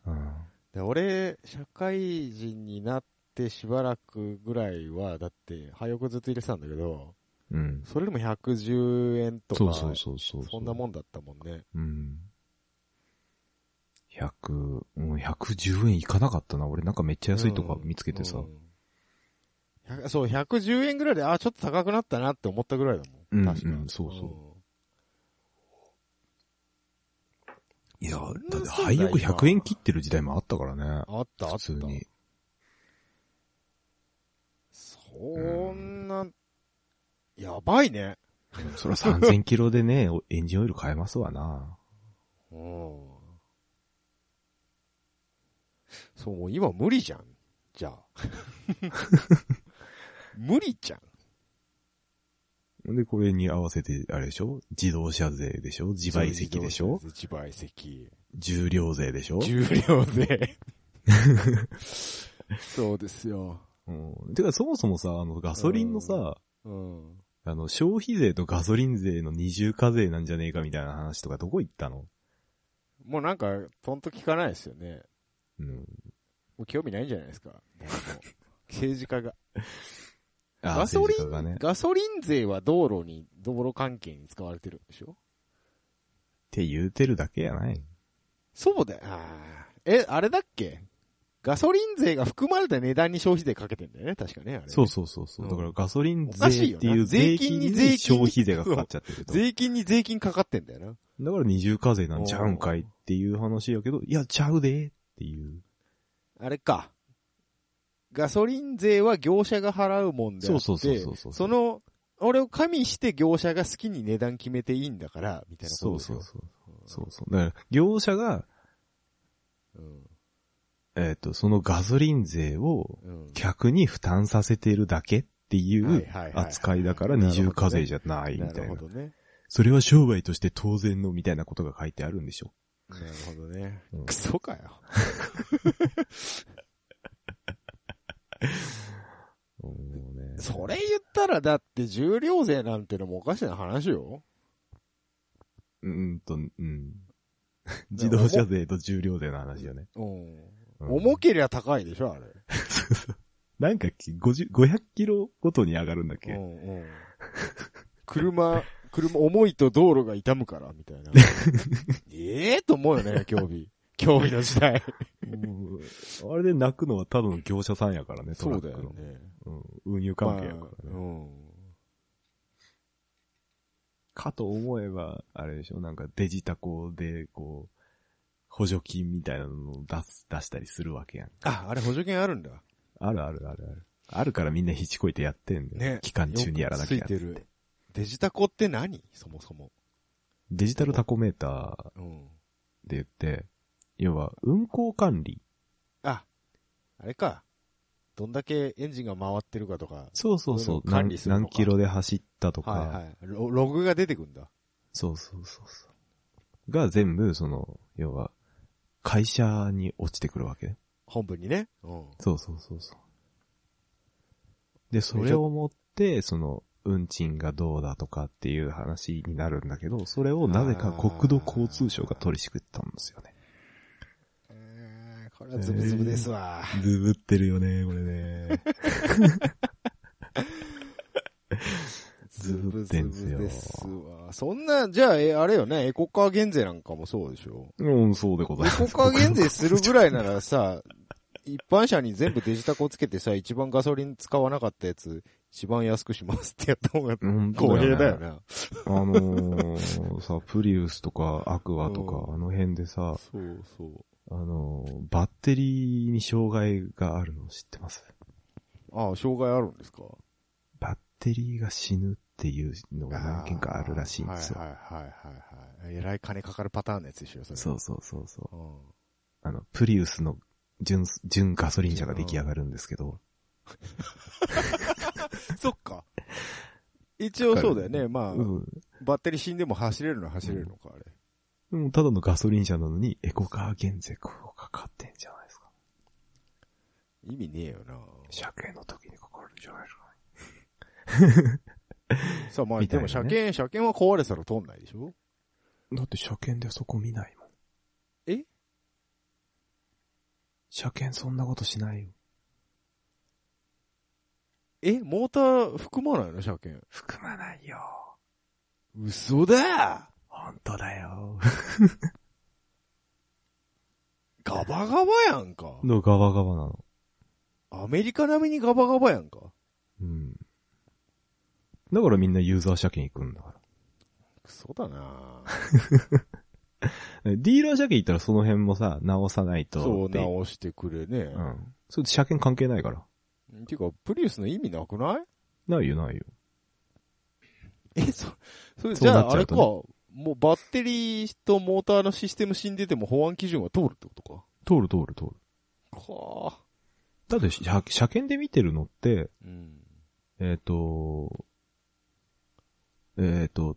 [SPEAKER 2] うん。
[SPEAKER 1] で俺、社会人になってしばらくぐらいは、だって、早くずっと入れてたんだけど、
[SPEAKER 2] うん。
[SPEAKER 1] それでも110円とか、
[SPEAKER 2] そうそうそうそう。
[SPEAKER 1] そんなもんだったもんね。
[SPEAKER 2] うん。100、うん、110円いかなかったな。俺なんかめっちゃ安いとか見つけてさ。
[SPEAKER 1] うん100そう、110円ぐらいで、あ、ちょっと高くなったなって思ったぐらいだも。
[SPEAKER 2] うんん
[SPEAKER 1] 確か
[SPEAKER 2] うんそうそうんいや、
[SPEAKER 1] んな
[SPEAKER 2] だって
[SPEAKER 1] そうだ
[SPEAKER 2] 廃屋
[SPEAKER 1] 今
[SPEAKER 2] 100円切ってる時代もあったからね。
[SPEAKER 1] あった、あった。
[SPEAKER 2] 普通に。
[SPEAKER 1] そんな、やばいね。
[SPEAKER 2] そら3000キロでね、 おエンジンオイル買えますわな。
[SPEAKER 1] うん。そう、もう今無理じゃん。じゃ あ。無理じゃん。
[SPEAKER 2] で、これに合わせて、あれでしょ自動車税でしょ自賠責でしょ
[SPEAKER 1] 自賠責。
[SPEAKER 2] 重量税でしょ
[SPEAKER 1] 重量 税。そうですよ。
[SPEAKER 2] うん。てか、そもそもさ、あの、ガソリンのさ、
[SPEAKER 1] うん。
[SPEAKER 2] あの、消費税とガソリン税の二重課税なんじゃねえかみたいな話とかどこ行ったの
[SPEAKER 1] もうなんか、とんと聞かないですよね。
[SPEAKER 2] うん。
[SPEAKER 1] もう興味ないんじゃないです か。誰も政治家が。
[SPEAKER 2] あー
[SPEAKER 1] ガソリン
[SPEAKER 2] 政治家がね。っ
[SPEAKER 1] ガソリン税は道路に、道路関係に使われてるんでしょ
[SPEAKER 2] て言うてるだけやない。
[SPEAKER 1] そうだよ。あーえ、あれだっけガソリン税が含まれた値段に消費税かけてんだよね、確かね、あれ。
[SPEAKER 2] そうそうそうそう。
[SPEAKER 1] うん
[SPEAKER 2] だからガソリン
[SPEAKER 1] おかしい
[SPEAKER 2] 税
[SPEAKER 1] よ
[SPEAKER 2] っ
[SPEAKER 1] な
[SPEAKER 2] ていう税
[SPEAKER 1] 税金
[SPEAKER 2] 金に
[SPEAKER 1] に税金
[SPEAKER 2] 消費税がかかっちゃってると。
[SPEAKER 1] 税金に税金かかってんだよな。
[SPEAKER 2] だから二重課税なんちゃうんかいっていう話やけど、いや、ちゃうでーっていう。
[SPEAKER 1] あれか。ガソリン税は業者が払うもんであって、
[SPEAKER 2] そうそうそうそうそう
[SPEAKER 1] その、俺を加味して業者が好きに値段決めていいんだから、みたいなこ
[SPEAKER 2] そ
[SPEAKER 1] と
[SPEAKER 2] う
[SPEAKER 1] です
[SPEAKER 2] そ
[SPEAKER 1] よ。
[SPEAKER 2] うそう。そうそう。だから、業者が、えっ、と、そのガソリン税を
[SPEAKER 1] うん。うん。
[SPEAKER 2] 客に負担させてるだけってい
[SPEAKER 1] はいうはいはいはい
[SPEAKER 2] 扱いだから二重課税じゃないみ
[SPEAKER 1] な
[SPEAKER 2] たい
[SPEAKER 1] る
[SPEAKER 2] な
[SPEAKER 1] ほ。どね。
[SPEAKER 2] それは商売として当然のみたいなことが書いてあるんでしょ。
[SPEAKER 1] なるほどね
[SPEAKER 2] うん。
[SPEAKER 1] クソかよ。
[SPEAKER 2] もうね。
[SPEAKER 1] それ言ったらだって重量税なんてのもおかしな話よ。
[SPEAKER 2] うーん と、うん。自動車税と重量税の話よね。
[SPEAKER 1] うん。
[SPEAKER 2] うん
[SPEAKER 1] 重けりゃ高いでしょ、あれ。
[SPEAKER 2] なんかき、50 500キロごとに上がるんだっけ、
[SPEAKER 1] うんうん。車、車、重いと道路が傷むから、みたいな。ええと思うよ ね、競技。競技の時代。
[SPEAKER 2] うんあれで泣くのはただの業者さんやからね、トラックの。
[SPEAKER 1] ね。
[SPEAKER 2] うん、運輸関係やからね。
[SPEAKER 1] まあうん。
[SPEAKER 2] かと思えば、あれでしょ、なんかデジタコで、こう、補助金みたいなのを出す、出したりするわけやん。
[SPEAKER 1] あ、あれ補助金あるんだ。
[SPEAKER 2] あるあるあるある。あるからみんなひちこいてやってんだよ。
[SPEAKER 1] ね
[SPEAKER 2] 期間中にやらなきゃ
[SPEAKER 1] よくついてる。デジタコって何そもそも。
[SPEAKER 2] デジタルタコメーター
[SPEAKER 1] うん。
[SPEAKER 2] で言って、要は運行管理。
[SPEAKER 1] あ、あれか。どんだけエンジンが回ってるかとか。
[SPEAKER 2] そうそう
[SPEAKER 1] そう
[SPEAKER 2] そう。
[SPEAKER 1] いうの管理するのか
[SPEAKER 2] 何何キロで走ったとか、
[SPEAKER 1] はいはい。ロログが出てくんだ。
[SPEAKER 2] そうそうそうそう。が全部、その、要は、会社に落ちてくるわけね。
[SPEAKER 1] 本部にね。うん。
[SPEAKER 2] そうそうそうそう。で、それを持って、その、運賃がどうだとかっていう話になるんだけど、それをなぜか国土交通省が取り仕切ったんですよね。
[SPEAKER 1] えーこれはズブズブですわ。
[SPEAKER 2] ズブってるよね、これね。
[SPEAKER 1] ズブ
[SPEAKER 2] ズ
[SPEAKER 1] ズ
[SPEAKER 2] ブってんす
[SPEAKER 1] ブ
[SPEAKER 2] よ
[SPEAKER 1] ですわ。そんな、じゃあ、え、あれよね、エコカー減税なんかもそうでしょ。
[SPEAKER 2] うん、そうでござい
[SPEAKER 1] エ
[SPEAKER 2] ます。
[SPEAKER 1] コカー減税するぐらいならさ、一般車に全部デジタコつけてさ、一番ガソリン使わなかったやつ、一番安くしますってやった方が
[SPEAKER 2] うん
[SPEAKER 1] 公平だよ。な。
[SPEAKER 2] あのー、さ、プリウスとかアクアと
[SPEAKER 1] う
[SPEAKER 2] か、あの辺でさ、
[SPEAKER 1] そうそう。
[SPEAKER 2] あのー、バッテリーに障害があるの知ってます
[SPEAKER 1] ああ、障害あるんですか
[SPEAKER 2] バッテリーが死ぬっていうのが何件かあるらしいんですよ。
[SPEAKER 1] はいはいはいはいはい。えらい金かかるパターンのやつでしょ、それ。
[SPEAKER 2] そうそうそうそう。
[SPEAKER 1] うん。
[SPEAKER 2] あの、プリウスの純、純ガソリン車が出来上がるんですけど、
[SPEAKER 1] そっか。一応そうだよね。まあ、
[SPEAKER 2] うん。
[SPEAKER 1] バッテリー死んでも走れるのは走れるのか、あれ。
[SPEAKER 2] うんただのガソリン車なのにエコカー減税こうかかってんじゃないですか。
[SPEAKER 1] 意味ねえよな。
[SPEAKER 2] 車検の時にかかるんじゃないですか。
[SPEAKER 1] さあまあ、
[SPEAKER 2] みた
[SPEAKER 1] でも
[SPEAKER 2] いなね
[SPEAKER 1] 車検、車検は壊れたら通んないでしょ
[SPEAKER 2] だって車検でそこ見ないもん。
[SPEAKER 1] え
[SPEAKER 2] 車検そんなことしないよ。
[SPEAKER 1] え、モーター含まないの車検。
[SPEAKER 2] 含まないよ。
[SPEAKER 1] 嘘だ
[SPEAKER 2] 本当だよ。
[SPEAKER 1] ガバガバやんか。
[SPEAKER 2] のガバガバなの。
[SPEAKER 1] アメリカ並みにガバガバやんか。
[SPEAKER 2] うん。だからみんなユーザー車検行くんだか
[SPEAKER 1] クソだな
[SPEAKER 2] ら。ディーラー車検行ったらその辺もさ、直さないと。
[SPEAKER 1] そう
[SPEAKER 2] って
[SPEAKER 1] 直してくれね。
[SPEAKER 2] うん。それ車検関係ないから。
[SPEAKER 1] ていうか、プリウスの意味なくない
[SPEAKER 2] ないよないよ。
[SPEAKER 1] え、そ、それ、
[SPEAKER 2] そ
[SPEAKER 1] じ
[SPEAKER 2] うな
[SPEAKER 1] ゃ
[SPEAKER 2] っ
[SPEAKER 1] あ、あ
[SPEAKER 2] ちゃ
[SPEAKER 1] れ
[SPEAKER 2] うと
[SPEAKER 1] か、
[SPEAKER 2] ね
[SPEAKER 1] もうバッテリーとモーターのシステム死んでても保安基準は通るってことか。
[SPEAKER 2] 通る通る通る。
[SPEAKER 1] か
[SPEAKER 2] だって車車検で見てるのって、
[SPEAKER 1] うん。
[SPEAKER 2] えっ、と、えっ、と、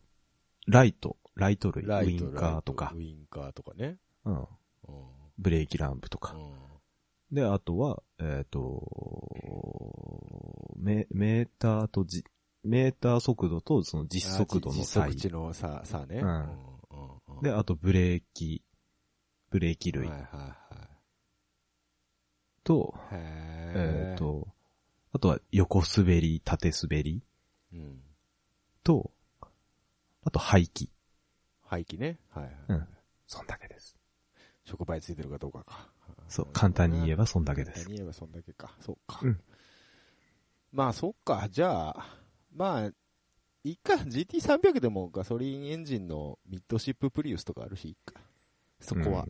[SPEAKER 2] ライト、ライト類、
[SPEAKER 1] ライト
[SPEAKER 2] ウインカーとか
[SPEAKER 1] ウ、インカーとかね。
[SPEAKER 2] うん、
[SPEAKER 1] うん。
[SPEAKER 2] ブレーキランプとか。
[SPEAKER 1] うん
[SPEAKER 2] で、あとは、えっ、と、メメーターとじ、メーター速度とその実速度
[SPEAKER 1] あ
[SPEAKER 2] の
[SPEAKER 1] 実
[SPEAKER 2] 差
[SPEAKER 1] 測値の差、差ね。
[SPEAKER 2] うん
[SPEAKER 1] うんうん
[SPEAKER 2] で、あとブレーキ、ブレーキ類
[SPEAKER 1] はいはいは
[SPEAKER 2] と、
[SPEAKER 1] い。へ
[SPEAKER 2] えっ、、と、あとは横滑り、縦滑り
[SPEAKER 1] うん。
[SPEAKER 2] と、あと排気。
[SPEAKER 1] 排気ね。はいはい。
[SPEAKER 2] うん。そんだけです。
[SPEAKER 1] 触媒ついてるかどうかか。
[SPEAKER 2] そう、簡単に言え
[SPEAKER 1] ば
[SPEAKER 2] ばそんだけで
[SPEAKER 1] 簡
[SPEAKER 2] す
[SPEAKER 1] 単。に言えばそんだけか。そうか。
[SPEAKER 2] うん
[SPEAKER 1] まあ、そっか。じゃあ、まあ、いっか。GT300 でもガソリンエンジンのミッドシッププリウスとかあるし、いっか。そこは。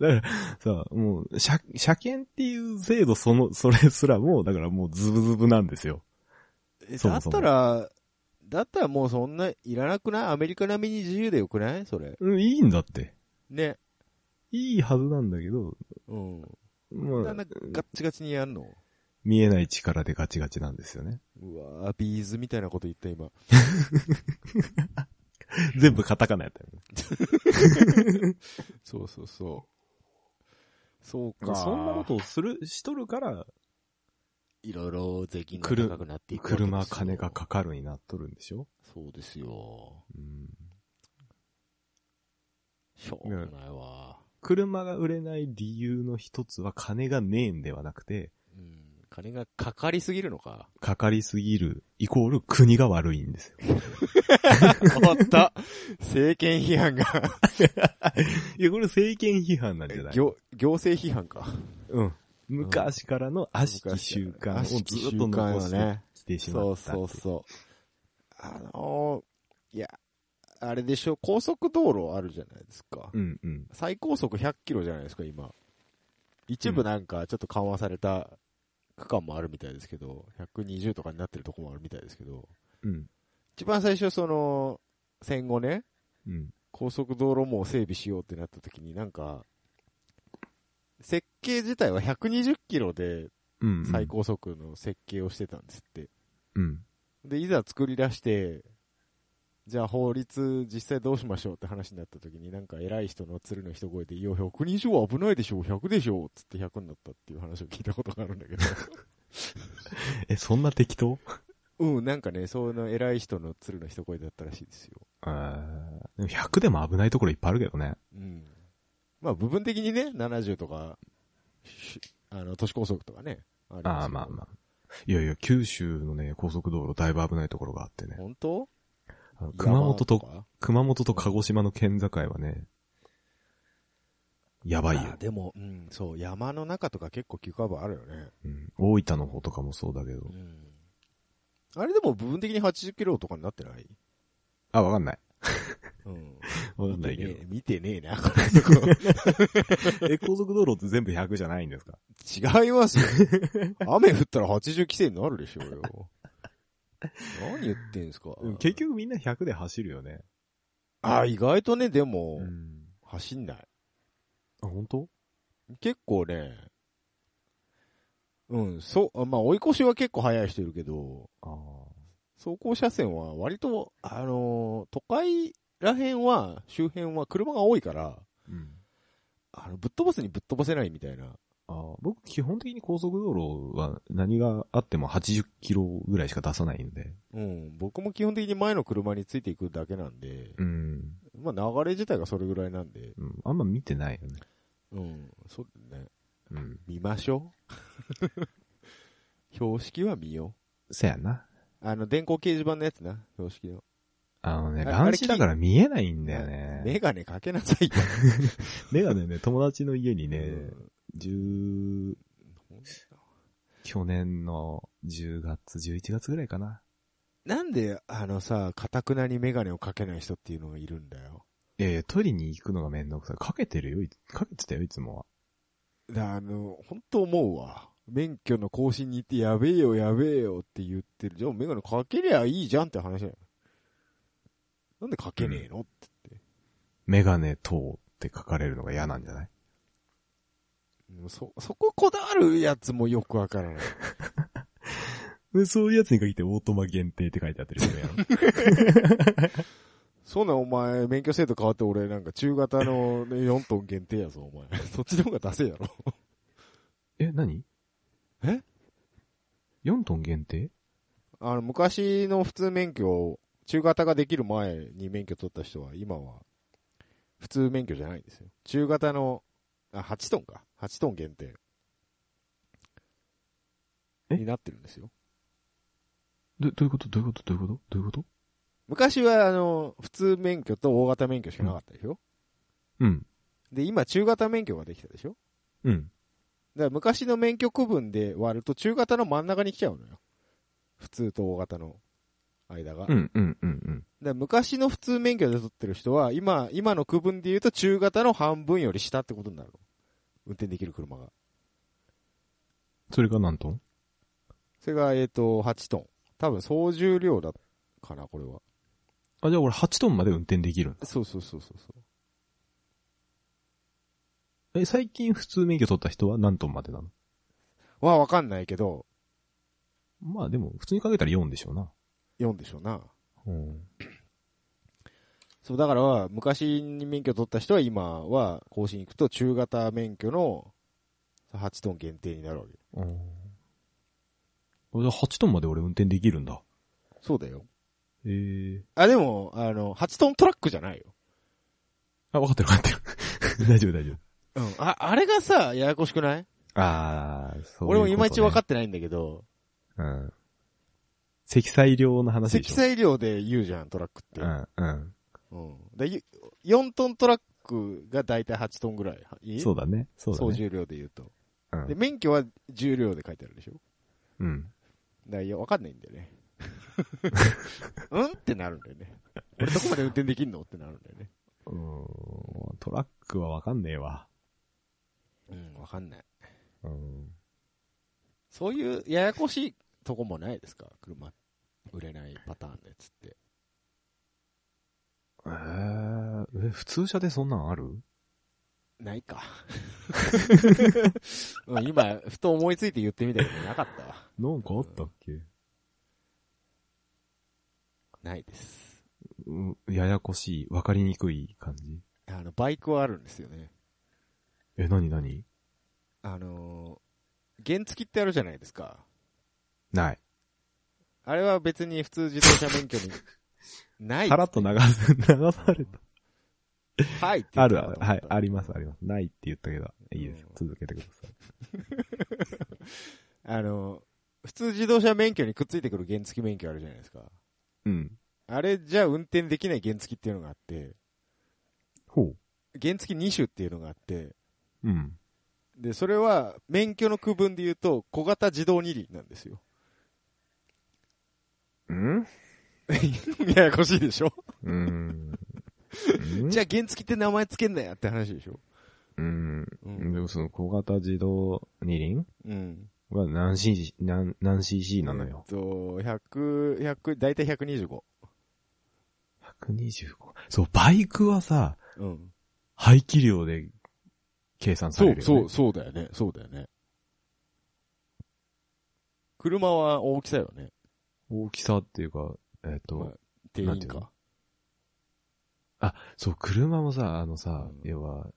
[SPEAKER 2] だから、さ、もう、車、車検っていう制度その、それすらもう、だからもうズブズブなんですよ。
[SPEAKER 1] え
[SPEAKER 2] そ
[SPEAKER 1] だ
[SPEAKER 2] も
[SPEAKER 1] っ
[SPEAKER 2] そも
[SPEAKER 1] たら、だったらもうそんないらなくないアメリカ並みに自由でよくないそれ。
[SPEAKER 2] うん、いいんだって。
[SPEAKER 1] ね。
[SPEAKER 2] いいはずなんだけど、
[SPEAKER 1] うん。
[SPEAKER 2] ま
[SPEAKER 1] だ
[SPEAKER 2] あ
[SPEAKER 1] んだん、ガッチガチにやんの。
[SPEAKER 2] 見えない力でガチガチなんですよね。
[SPEAKER 1] うわぁ、ビーズみたいなこと言った今。
[SPEAKER 2] 全部カタカナやったよね。
[SPEAKER 1] そうそうそう。そう
[SPEAKER 2] そ
[SPEAKER 1] か。
[SPEAKER 2] んなことをする、しとるから、
[SPEAKER 1] いろいろ税金が
[SPEAKER 2] くる
[SPEAKER 1] 高くなっていくわけですよ
[SPEAKER 2] 車金がかかるになっとるんでしょ
[SPEAKER 1] そうですよ。
[SPEAKER 2] うん。
[SPEAKER 1] しょうがないわ。
[SPEAKER 2] 車が売れない理由の一つは金がねえんではなくて、
[SPEAKER 1] うん。金がかかりすぎるの か。
[SPEAKER 2] かかりすぎる、イコール国が悪いんですよ。
[SPEAKER 1] おっと政権批判 が。
[SPEAKER 2] いや、これ政権批判なんじゃない
[SPEAKER 1] 行、行政批判か。
[SPEAKER 2] うん。昔からの悪しき習慣をずっと残して
[SPEAKER 1] ね。
[SPEAKER 2] きてしま
[SPEAKER 1] そう
[SPEAKER 2] った。
[SPEAKER 1] そうそう。あのーいや、あれでしょ、高速道路あるじゃないですか。
[SPEAKER 2] うんうん。
[SPEAKER 1] 最高速100キロじゃないですか、今。一部なんかちょっと緩和された区間もあるみたいですけど、120とかになってるとこもあるみたいですけど、
[SPEAKER 2] うん。
[SPEAKER 1] 一番最初その、戦後ね、
[SPEAKER 2] うん。
[SPEAKER 1] 高速道路網を整備しようってなった時になんか、設計自体は120キロで
[SPEAKER 2] うん、うん。
[SPEAKER 1] 最。高速の設計をしてたんですって。
[SPEAKER 2] うん。
[SPEAKER 1] で、いざ作り出して、じゃあ法律実際どうしましょうって話になった時になんか偉い人の鶴の一声で、いや、100人以上は危ないでしょう、100でしょう、つって100になったっていう話を聞いたことがあるんだ けど。
[SPEAKER 2] え、そんな適当
[SPEAKER 1] うん、なんかね、その偉い人の鶴の一声だったらしいですよ。
[SPEAKER 2] あーでも100でも危ないところいっぱいあるけどね。
[SPEAKER 1] うん。まあ部分的にね、70とか、しあの、都市高速とかね。あり
[SPEAKER 2] ああ、
[SPEAKER 1] すけど
[SPEAKER 2] まあまあ。いやいや、九州のね、高速道路だいぶ危ないところがあってね。
[SPEAKER 1] 本当
[SPEAKER 2] あの熊本と、
[SPEAKER 1] か
[SPEAKER 2] 熊本と鹿児島の県境はね、やばい
[SPEAKER 1] あ
[SPEAKER 2] よ。
[SPEAKER 1] でも、うん、そう、山の中とか結構急カーブあるよね。
[SPEAKER 2] うん、大分の方とかもそうだけど
[SPEAKER 1] う。ん。あれでも部分的に80キロとかになってない
[SPEAKER 2] あ、わかんない。
[SPEAKER 1] うん。
[SPEAKER 2] わかんないけど。
[SPEAKER 1] 見てねえな、こ れ。
[SPEAKER 2] え、高速道路って全部100じゃないんですか
[SPEAKER 1] 違いますよ。雨降ったら80規制になるでしょうよ。何言ってんすか。
[SPEAKER 2] 結局みんな100で走るよね。
[SPEAKER 1] あ、意外とね、でも、
[SPEAKER 2] ん。
[SPEAKER 1] 走んない。
[SPEAKER 2] あ、本当？
[SPEAKER 1] 結構ね、うん、そう、あまあ、追い越しは結構速い人いるけど、
[SPEAKER 2] ああ。
[SPEAKER 1] 走行車線は割と、あのー都会ら辺は、周辺は車が多いから、
[SPEAKER 2] うん。
[SPEAKER 1] あの、ぶっ飛ばすにぶっ飛ばせないみたいな。
[SPEAKER 2] あー僕、基本的に高速道路は何があっても80キロぐらいしか出さないんで。
[SPEAKER 1] うん、僕も基本的に前の車についていくだけなんで、
[SPEAKER 2] うん。
[SPEAKER 1] まあ流れ自体がそれぐらいなんで、
[SPEAKER 2] うん、あんま見てないよね。
[SPEAKER 1] うん、そうだね。
[SPEAKER 2] うん。
[SPEAKER 1] 見ましょう。 標識は見よ
[SPEAKER 2] せやな。
[SPEAKER 1] う。あの、電光掲示板のやつな、標識の。
[SPEAKER 2] あのね、
[SPEAKER 1] あ
[SPEAKER 2] 乱視だから見えないんだよね。
[SPEAKER 1] メガネかけなさいよ。
[SPEAKER 2] メガネね、友達の家に
[SPEAKER 1] う
[SPEAKER 2] ね、
[SPEAKER 1] ん
[SPEAKER 2] 十、去年の10月、11月ぐらいかな。
[SPEAKER 1] なんで、あのさ、かたくなにメガネをかけない人っていうのがいるんだよ。
[SPEAKER 2] ええ、取りに行くのがめんどくさい。かけてるよ、いかけてたよ、いつもは。
[SPEAKER 1] だあの、本当思うわ。免許の更新に行って、やべえよ、やべえよって言ってる。じゃあメガネかけりゃいいじゃんって話だよ。なんでかけねえの、って。
[SPEAKER 2] メガネ等って書かれるのが嫌なんじゃない
[SPEAKER 1] もうそ、そここだわるやつもよくわからない。
[SPEAKER 2] でそういうやつに限ってオートマ限定って書いてあってるよね。
[SPEAKER 1] そんなんお前、免許制度変わって俺なんか中型の、ね、4トン限定やぞ、お前。そっちの方が出せやろ。
[SPEAKER 2] え、何
[SPEAKER 1] え
[SPEAKER 2] ?4 トン限定
[SPEAKER 1] あの、昔の普通免許、中型ができる前に免許取った人は、今は、普通免許じゃないんですよ。中型の、あ、8トンか。8トン限定。
[SPEAKER 2] え
[SPEAKER 1] になってるんですよ。
[SPEAKER 2] ど、どういうことどういうことどういうことどういうこと
[SPEAKER 1] 昔は、あの、普通免許と大型免許しかなかったでしょ、
[SPEAKER 2] うん。
[SPEAKER 1] で、今、中型免許ができたでしょ
[SPEAKER 2] うん。
[SPEAKER 1] だから昔の免許区分で割ると中型の真ん中に来ちゃうのよ。普通と大型の間が。だ
[SPEAKER 2] う
[SPEAKER 1] か
[SPEAKER 2] ん、うん、うん、
[SPEAKER 1] ら昔の普通免許で取ってる人は、今、今の区分で言うと中型の半分より下ってことになるの。運転できる車が。
[SPEAKER 2] それが何トン
[SPEAKER 1] それが、えっ、と、8トン。多分総重量だかな、これは。
[SPEAKER 2] あ、じゃあ俺8トンまで運転できるんだ。
[SPEAKER 1] そうそうそうそうそう。
[SPEAKER 2] え、最近普通免許取った人は何トンまでなの
[SPEAKER 1] はわかんないけど、
[SPEAKER 2] まあでも、普通にかけたら4でしょうな。
[SPEAKER 1] 4でしょうな。
[SPEAKER 2] うん。
[SPEAKER 1] そう、だから、昔に免許取った人は今は、更新行くと中型免許の8トン限定になるわけ。
[SPEAKER 2] うん。俺、8トンまで俺運転できるんだ。
[SPEAKER 1] そうだよ。
[SPEAKER 2] ええ
[SPEAKER 1] あ、でも、あの、8トントラックじゃないよ。
[SPEAKER 2] あ、わかってるわか ってる。大丈夫大丈夫。
[SPEAKER 1] うん。あ、あれがさ、ややこしくない
[SPEAKER 2] あー、そう
[SPEAKER 1] 俺もいまいち分か
[SPEAKER 2] っ
[SPEAKER 1] ってないんだけど、
[SPEAKER 2] た。うん。積載量の話でし
[SPEAKER 1] 積
[SPEAKER 2] ょ。
[SPEAKER 1] 載量で言うじゃん、トラックって。
[SPEAKER 2] うん、うん。
[SPEAKER 1] うん。で、ゆ4トントラックがだいたい8トンぐらい。いい
[SPEAKER 2] そうだね。そうだ
[SPEAKER 1] 総
[SPEAKER 2] ね。
[SPEAKER 1] 重量で言うと。
[SPEAKER 2] うん
[SPEAKER 1] で、免許は重量で書いてあるでしょ
[SPEAKER 2] うん。
[SPEAKER 1] だからいや、わかんないんだよ ね。うんってなるんだよね。俺どこまで運転できんのってなるんだよね。
[SPEAKER 2] うーんトラックはわかんねえわ。
[SPEAKER 1] うん、わかんない。
[SPEAKER 2] うん。
[SPEAKER 1] そういうややこしいとこもないですか車。売れないパターンのやつって。
[SPEAKER 2] えー、え、普通車でそんなんある
[SPEAKER 1] ない か。うん今、ふと思いついて言ってみたけど、なかったわ。
[SPEAKER 2] なんかあったっけ、
[SPEAKER 1] ないです。
[SPEAKER 2] うん、ややこしい、わかりにくい感じ。
[SPEAKER 1] あの、バイクはあるんですよね。
[SPEAKER 2] え、なになに
[SPEAKER 1] あのー原付きってあるじゃないですか。
[SPEAKER 2] ない。
[SPEAKER 1] あれは別に普通自動車免 許に、ない。
[SPEAKER 2] さらっと流す、流された。
[SPEAKER 1] はいって言
[SPEAKER 2] あ
[SPEAKER 1] った
[SPEAKER 2] る
[SPEAKER 1] か
[SPEAKER 2] あ
[SPEAKER 1] と思っ
[SPEAKER 2] る。
[SPEAKER 1] た
[SPEAKER 2] はい、ありますあります。ないって言ったけど、いいです
[SPEAKER 1] うん。
[SPEAKER 2] 続けてください。
[SPEAKER 1] あのー普通自動車免許にくっついてくる原付き免許あるじゃないですか。
[SPEAKER 2] うん。
[SPEAKER 1] あれじゃ運転できない原付きっていうのがあって、
[SPEAKER 2] ほう。
[SPEAKER 1] 原付き2種っていうのがあって、
[SPEAKER 2] うん。
[SPEAKER 1] で、それは免許の区分で言うと小型自動二輪なんですよ。
[SPEAKER 2] うん
[SPEAKER 1] ややこしいでしょ
[SPEAKER 2] うん。
[SPEAKER 1] じ
[SPEAKER 2] ゃ
[SPEAKER 1] ゃあ原付きって名前つけんなやって話でしょ
[SPEAKER 2] うん。
[SPEAKER 1] う
[SPEAKER 2] で。もその小型自動二輪
[SPEAKER 1] うん。
[SPEAKER 2] は何 cc、何、何 cc なのよ。
[SPEAKER 1] えっと、100、100、だいたい125。
[SPEAKER 2] 125。そう、バイクはさ、
[SPEAKER 1] うん。
[SPEAKER 2] 排気量で計算されるよ、ね。
[SPEAKER 1] そうだよね。そうだよね。車は大きさよね。
[SPEAKER 2] 大きさっていうか、えっ、と、
[SPEAKER 1] まあ定
[SPEAKER 2] なん
[SPEAKER 1] 員
[SPEAKER 2] ていう
[SPEAKER 1] か
[SPEAKER 2] の。そう、車もさ、あのさ、
[SPEAKER 1] うん
[SPEAKER 2] 要は、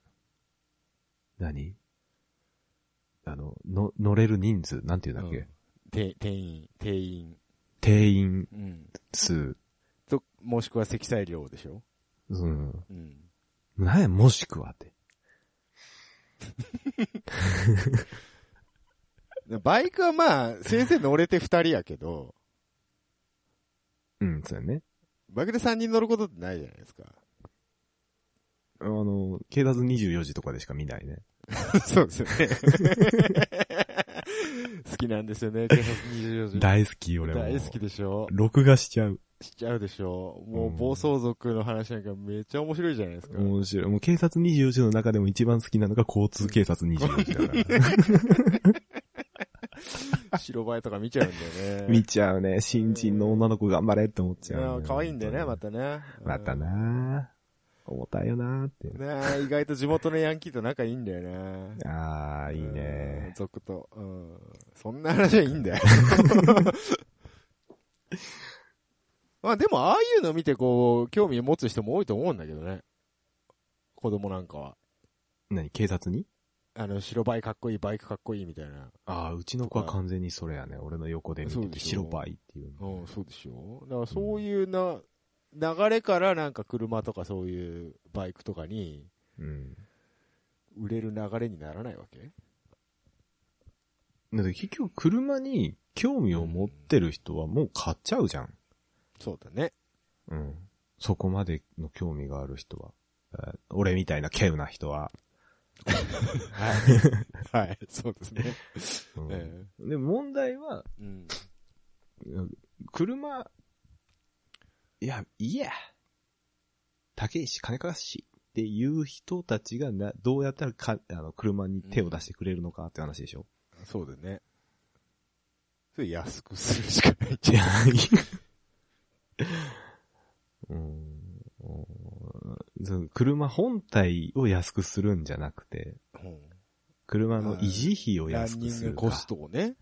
[SPEAKER 2] 何あの、の、乗れる人数、なんていうんだっけ、
[SPEAKER 1] うん定定員、定員。
[SPEAKER 2] 定員
[SPEAKER 1] うん。
[SPEAKER 2] 数、
[SPEAKER 1] と、もしくは積載量でしょ
[SPEAKER 2] うん。
[SPEAKER 1] うん。
[SPEAKER 2] なんや、もしくはって。
[SPEAKER 1] バイクはまあ、先生乗れて二人やけど、
[SPEAKER 2] うん、そうやね。
[SPEAKER 1] バイクで三人乗ることってないじゃないですか。
[SPEAKER 2] あの、警察24時とかでしか見ないね。
[SPEAKER 1] そうですよね。 好きなんですよ ね、警察24時。
[SPEAKER 2] 大好き、俺も。
[SPEAKER 1] 大好き。でしょ
[SPEAKER 2] 録画しちゃう。
[SPEAKER 1] しちゃうでしょもう
[SPEAKER 2] うん
[SPEAKER 1] 暴走族の話なんかめっちゃ面白いじゃないですか。
[SPEAKER 2] 面白い。もう警察24時の中でも一番好きなのが交通警察24時だから。
[SPEAKER 1] 白バイとか見ちゃ うんだよね。
[SPEAKER 2] 見ちゃうね。新人の女の子頑張れって思っちゃ
[SPEAKER 1] あ
[SPEAKER 2] う、
[SPEAKER 1] ー可愛いんだよね、ま。たね。
[SPEAKER 2] また
[SPEAKER 1] ね。
[SPEAKER 2] なぁ。重たいよなぁって。
[SPEAKER 1] ね意外と地元のヤンキーと仲いいんだよね。
[SPEAKER 2] あー、いい
[SPEAKER 1] うん。
[SPEAKER 2] ね
[SPEAKER 1] 族と。うん。そんな話はいいん だよ。まあでも、ああいうの見てこう、興味持つ人も多いと思うんだけどね。子供なんかは。
[SPEAKER 2] 何警察に
[SPEAKER 1] あの、白バイかっこいい、バイクかっこいいみたいな。
[SPEAKER 2] あー、うちの子は完全にそれやね。俺の横で見
[SPEAKER 1] そ
[SPEAKER 2] て
[SPEAKER 1] うで
[SPEAKER 2] て、
[SPEAKER 1] しょ
[SPEAKER 2] 白バイっていうの。
[SPEAKER 1] うん、そうでしょだからそういうな、流れからなんか車とかそういうバイクとかに
[SPEAKER 2] うん。
[SPEAKER 1] 売れる流れにならないわけ
[SPEAKER 2] だって結局、車に興味を持ってる人はもう買っちゃうじゃん。
[SPEAKER 1] そうだね。
[SPEAKER 2] うん。そこまでの興味がある人は。えー俺みたいな稀有な人は。
[SPEAKER 1] はい。はい、 そうですね。
[SPEAKER 2] うん
[SPEAKER 1] え
[SPEAKER 2] で、問題は、
[SPEAKER 1] えうん。
[SPEAKER 2] 車、いや、いいや。高いし、金かかるし。っていう人たちがな、どうやったらか、あの、車に手を出してくれるのかって話でしょ。
[SPEAKER 1] そうだね。それ安くするしかない
[SPEAKER 2] い
[SPEAKER 1] じゃ
[SPEAKER 2] や
[SPEAKER 1] ん。、
[SPEAKER 2] いい。うーんその車本体を安くするんじゃなくて、車の維持費を
[SPEAKER 1] ラ
[SPEAKER 2] 安
[SPEAKER 1] ン
[SPEAKER 2] く
[SPEAKER 1] ニン
[SPEAKER 2] す
[SPEAKER 1] グ
[SPEAKER 2] るか。
[SPEAKER 1] コストをね。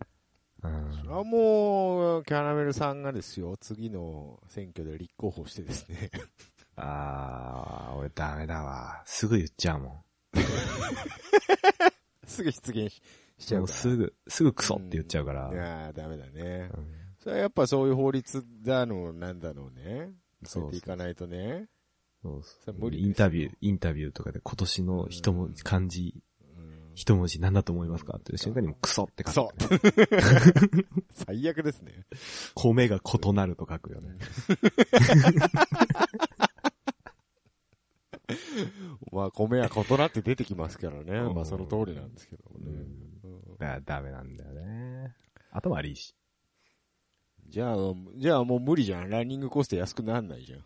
[SPEAKER 2] うん
[SPEAKER 1] それはもう、キャラメルさんがですよ、次の選挙で立候補してですね。
[SPEAKER 2] あー、俺ダメだわ。すぐ言っちゃうもん。
[SPEAKER 1] すぐ出現ししちゃう
[SPEAKER 2] もう
[SPEAKER 1] か
[SPEAKER 2] すぐ、すぐクソって言っちゃうから
[SPEAKER 1] ら。。いやーダメだね。
[SPEAKER 2] うん
[SPEAKER 1] それはやっぱそういう法律だの、なんだろうね。
[SPEAKER 2] そう
[SPEAKER 1] 変えていかないとね。
[SPEAKER 2] そう
[SPEAKER 1] それ
[SPEAKER 2] 無
[SPEAKER 1] 無
[SPEAKER 2] 理
[SPEAKER 1] 理
[SPEAKER 2] インタビュー、インタビューとかで今年の一文字、
[SPEAKER 1] うん
[SPEAKER 2] 漢字、
[SPEAKER 1] うん
[SPEAKER 2] 一文字何だと思いますかっていう瞬間にもクソって書く、
[SPEAKER 1] そう。 最悪ですね。
[SPEAKER 2] 米が異なると書くよね。
[SPEAKER 1] まあ、米は異なって出てきますから
[SPEAKER 2] う
[SPEAKER 1] ね。
[SPEAKER 2] ん
[SPEAKER 1] まあ、その通りなんですけどもね。うん
[SPEAKER 2] だからダメなんだよね。頭悪いし。
[SPEAKER 1] じゃあ、じゃあもう無理じゃん。ランニングコスト安くなんないじゃん。
[SPEAKER 2] う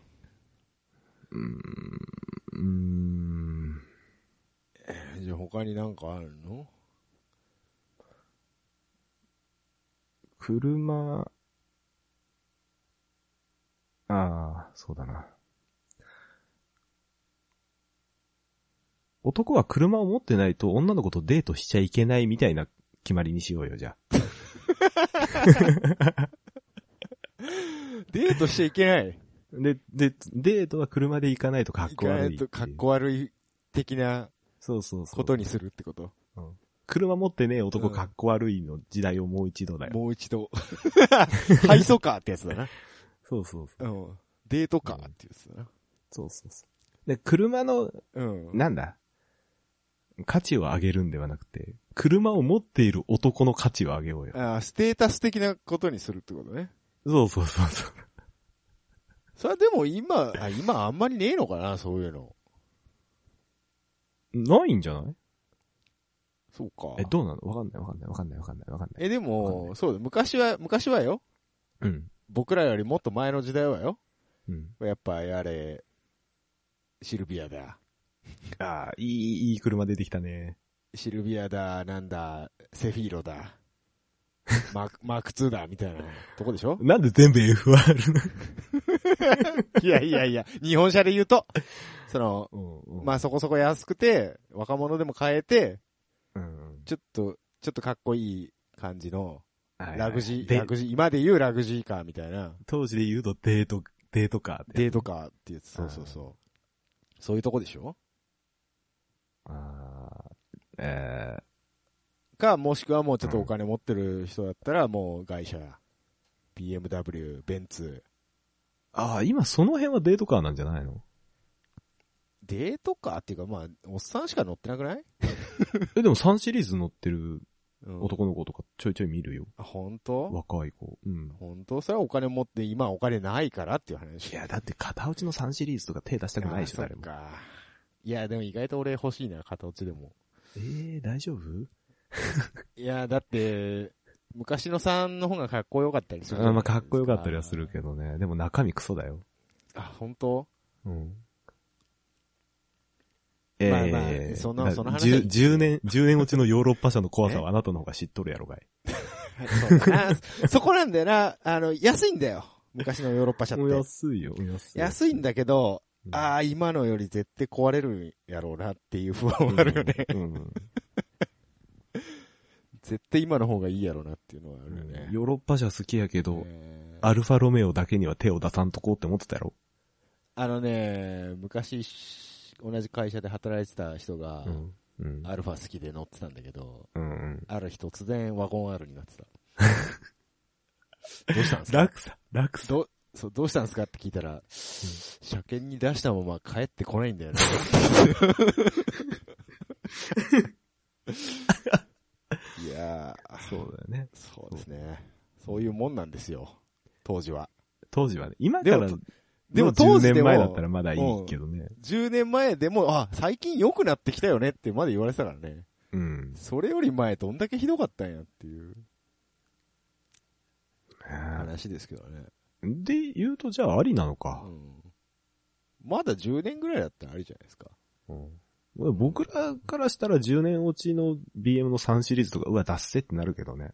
[SPEAKER 2] ーん。うーん。
[SPEAKER 1] じゃあ他になんかあるの
[SPEAKER 2] 車、ああ、そうだな。男は車を持ってないと女の子とデートしちゃいけないみたいな決まりにしようよ、じゃあ。
[SPEAKER 1] デートしちゃいけない。
[SPEAKER 2] で、で、デートは車で行かないとかっ
[SPEAKER 1] 意
[SPEAKER 2] こ悪
[SPEAKER 1] 外
[SPEAKER 2] いってい
[SPEAKER 1] と
[SPEAKER 2] う。
[SPEAKER 1] かっこ悪い的な
[SPEAKER 2] そうそうそう。
[SPEAKER 1] ことにするってこと
[SPEAKER 2] 車持ってねえ男
[SPEAKER 1] うん
[SPEAKER 2] かっこ悪いの時代をもう一度だよ。
[SPEAKER 1] もう一 度。 配送かってやつだな。
[SPEAKER 2] そうそうそう。
[SPEAKER 1] うん。デートかっていうやつだな。
[SPEAKER 2] そうそうそう。で、車の、
[SPEAKER 1] うん。
[SPEAKER 2] なんだ価値を上げるんではなくて、車を持っている男の価値を上げようよ。
[SPEAKER 1] あーステータス的なことにするってことね。
[SPEAKER 2] そうそうそうそう。
[SPEAKER 1] それはでも今、あ今あんまりねえのかな、そういうの。
[SPEAKER 2] ないんじゃない
[SPEAKER 1] そうか。
[SPEAKER 2] え、どうなのわかんないわかんないわかんないわかんないわかんない。
[SPEAKER 1] え、でも、そうだ、昔は、昔はよ。
[SPEAKER 2] うん。
[SPEAKER 1] 僕らよりもっと前の時代はよ。
[SPEAKER 2] うん。
[SPEAKER 1] やっぱ、やれ、シルビアだ。
[SPEAKER 2] ああ、いい、いい車出てきたね。
[SPEAKER 1] シルビアだ、なんだ、セフィーロ だ、マーク、マーク2だ、みたいなとこでしょ
[SPEAKER 2] なんで全部 FR なの
[SPEAKER 1] いやいやいや、日本車で言うと、その、
[SPEAKER 2] うん、うん。
[SPEAKER 1] まあそこそこ安くて、若者でも買えて、
[SPEAKER 2] うん。
[SPEAKER 1] ちょっと、ちょっとかっこいい感じの、
[SPEAKER 2] はいはい
[SPEAKER 1] ラグジー、
[SPEAKER 2] で
[SPEAKER 1] ラグジー、今で言うラグジーカーみたいな、
[SPEAKER 2] 当時で言うとデート、デートか。
[SPEAKER 1] デートカーってやつ、そうそうそう。そういうとこでしょ
[SPEAKER 2] ああ、ええ
[SPEAKER 1] か、もしくはもうちょっとお金持ってる人だったら、もう外車、BMW、ベンツ、
[SPEAKER 2] ああ、今その辺はデートカーなんじゃないの
[SPEAKER 1] デートカーっていうか、まあ、おっさんしか乗ってなくない
[SPEAKER 2] え、でも3シリーズ乗ってる
[SPEAKER 1] うん
[SPEAKER 2] 男の子とかちょいちょい見るよ。
[SPEAKER 1] あ本当
[SPEAKER 2] 若い子。うん。
[SPEAKER 1] 本当それはお金持って、今お金ないからっていう話。
[SPEAKER 2] いや、だって片打ちの3シリーズとか手出したくないでしょ、
[SPEAKER 1] あそ
[SPEAKER 2] 誰
[SPEAKER 1] っ
[SPEAKER 2] も。
[SPEAKER 1] か。いや、でも意外と俺欲しいな、片落ちでも。
[SPEAKER 2] ええ大丈夫
[SPEAKER 1] いや、だって、昔の3の方がかっこよかったりする。
[SPEAKER 2] あまあ、かっこよかったりはするけどね。でも中身クソだよ。
[SPEAKER 1] ど。あ、本当
[SPEAKER 2] うん。ええ
[SPEAKER 1] まあまあそのその話はいい
[SPEAKER 2] 10, 10年、10年落ちのヨーロッパ車の怖さはあなたの方が知っとるやろがい。
[SPEAKER 1] そうだな そこなんだよな。あの、安いんだよ。昔のヨーロッパ車っ
[SPEAKER 2] もう
[SPEAKER 1] て。
[SPEAKER 2] 安いよ、安い。
[SPEAKER 1] 安いんだけど、
[SPEAKER 2] うん
[SPEAKER 1] ああ、今のより絶対壊れるやろうなっていう不安はあるよね。
[SPEAKER 2] うんうん
[SPEAKER 1] 絶対今の方がいいやろうなっていうのはあるよね。
[SPEAKER 2] ヨーロッパ車好きやけど、
[SPEAKER 1] えー
[SPEAKER 2] アルファロメオだけには手を出さんとこうって思ってたやろ。
[SPEAKER 1] あのね、昔、同じ会社で働いてた人が、
[SPEAKER 2] ん。うん。
[SPEAKER 1] アルファ好きで乗ってたんだけど、
[SPEAKER 2] うん。
[SPEAKER 1] ある日突然ワゴン R になって た。どうしたんですか
[SPEAKER 2] 楽さ、楽さ。
[SPEAKER 1] どうそうどうしたんですかって聞いたら、車検に出したまま帰ってこないんだよ ね。いやー、
[SPEAKER 2] そうだよね。
[SPEAKER 1] そうですね。そういうもんなんですよ。当時は。
[SPEAKER 2] 当時はね。今から
[SPEAKER 1] でも
[SPEAKER 2] の
[SPEAKER 1] でも当時
[SPEAKER 2] 10
[SPEAKER 1] でも
[SPEAKER 2] 年前だったらまだいいけどね。
[SPEAKER 1] 10年前でも、あ、最近良くなってきたよねってまで言われてたからね。
[SPEAKER 2] うん。
[SPEAKER 1] それより前どんだけひどかったんやっていう
[SPEAKER 2] あー
[SPEAKER 1] 話ですけどね。
[SPEAKER 2] で、言うとじゃあありなの
[SPEAKER 1] う
[SPEAKER 2] か。
[SPEAKER 1] ん。まだ10年ぐらいだったらありじゃないですか。
[SPEAKER 2] うん僕らからしたら10年落ちの BM の3シリーズとか、うわ、出せってなるけどね。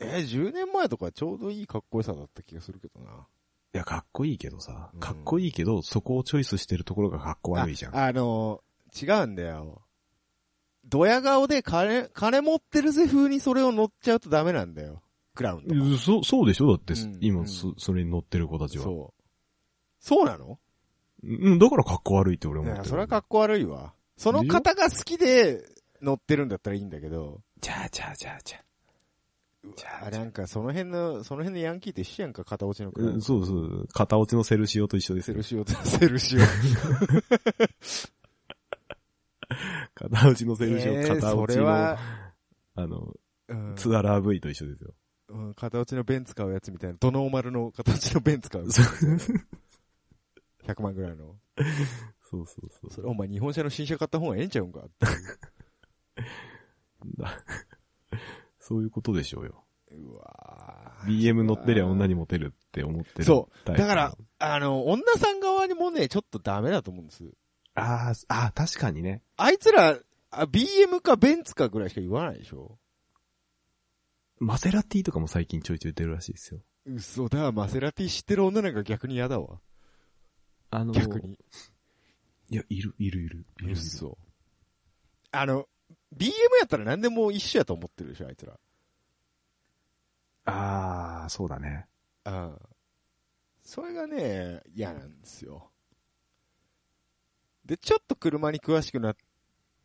[SPEAKER 1] えー、10年前とかちょうどいいかっこよさだった気がするけどな。
[SPEAKER 2] いや、かっこいいけどさ
[SPEAKER 1] う。ん
[SPEAKER 2] かっこいいけど、そこをチョイスしてるところがかっこ悪いじゃん。
[SPEAKER 1] ああのー違うんだよ。ドヤ顔で金、金持ってるぜ風にそれを乗っちゃうとダメなんだよ。クラウンとか。
[SPEAKER 2] うんそう、そうでしょだって
[SPEAKER 1] うん、
[SPEAKER 2] 今、そ、それに乗ってる子たちは。
[SPEAKER 1] そう。そうなの
[SPEAKER 2] うん、だからかっこ悪いって俺
[SPEAKER 1] い
[SPEAKER 2] 思って
[SPEAKER 1] や
[SPEAKER 2] る。
[SPEAKER 1] それはかっこ悪いわ。その方が好きで、乗ってるんだったらいいんだけど、
[SPEAKER 2] じゃあじゃあじゃあじゃあ。じゃ
[SPEAKER 1] あ
[SPEAKER 2] あ
[SPEAKER 1] なんかその辺の、その辺のヤンキーって一緒やんか、片落ちのくらいの。
[SPEAKER 2] そうそう。片落ちのセルシオと一緒です
[SPEAKER 1] セ
[SPEAKER 2] よ
[SPEAKER 1] ル。シオ、セルシオ。
[SPEAKER 2] 片落ちのセルシオ、
[SPEAKER 1] えー
[SPEAKER 2] 片落ち
[SPEAKER 1] それ
[SPEAKER 2] の、
[SPEAKER 1] は
[SPEAKER 2] あ、の、
[SPEAKER 1] うん
[SPEAKER 2] ツアラー V と一緒ですよ。
[SPEAKER 1] うん、片落ちのベン使うやつみたいな、ドノーマルの片落ちのベン使う。
[SPEAKER 2] そう
[SPEAKER 1] 100万ぐらいの。
[SPEAKER 2] そうそうそ
[SPEAKER 1] それお前日本車の新車買った方がええんちゃうんかっていう
[SPEAKER 2] う。だ そういうことでしょうよ。
[SPEAKER 1] うわー
[SPEAKER 2] BM 乗ってりゃ女にモテるって思ってる。
[SPEAKER 1] そ
[SPEAKER 2] タイプ
[SPEAKER 1] だから、あの、女さん側にもね、ちょっとダメだと思うんです。
[SPEAKER 2] あーあー、確かにね。
[SPEAKER 1] あいつら、あ BM かベンツかぐらいしか言わないでしょ
[SPEAKER 2] マセラティとかも最近ちょいちょい出るらしいですよ。
[SPEAKER 1] 嘘だ、マセラティ知ってる女なんか逆に嫌だわ。
[SPEAKER 2] あの、
[SPEAKER 1] 逆。に。
[SPEAKER 2] いや、いる、いる、いる。いるいる
[SPEAKER 1] 嘘。あの、BM やったら何でも一緒やと思ってるでしょ、あいつら。
[SPEAKER 2] ああ、そうだね。
[SPEAKER 1] うん。それがね、嫌なんですよ。で、ちょっと車に詳しくなっ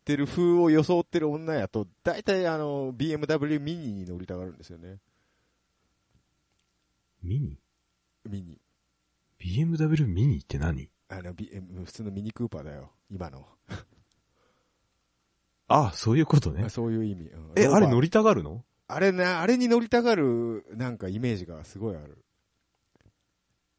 [SPEAKER 1] てる風を装ってる女やと、大体あの、BMW ミニに乗りたがるんですよね。
[SPEAKER 2] ミニ
[SPEAKER 1] ミニ。
[SPEAKER 2] ?BMW ミニって何
[SPEAKER 1] あの、BM、普通のミニクーパーだよ。今の。
[SPEAKER 2] ああ、そういうことね。
[SPEAKER 1] そういう意味。うん
[SPEAKER 2] え、
[SPEAKER 1] ローバー
[SPEAKER 2] あれ乗りたがるの
[SPEAKER 1] あれな、あれに乗りたがる、なんかイメージがすごいある。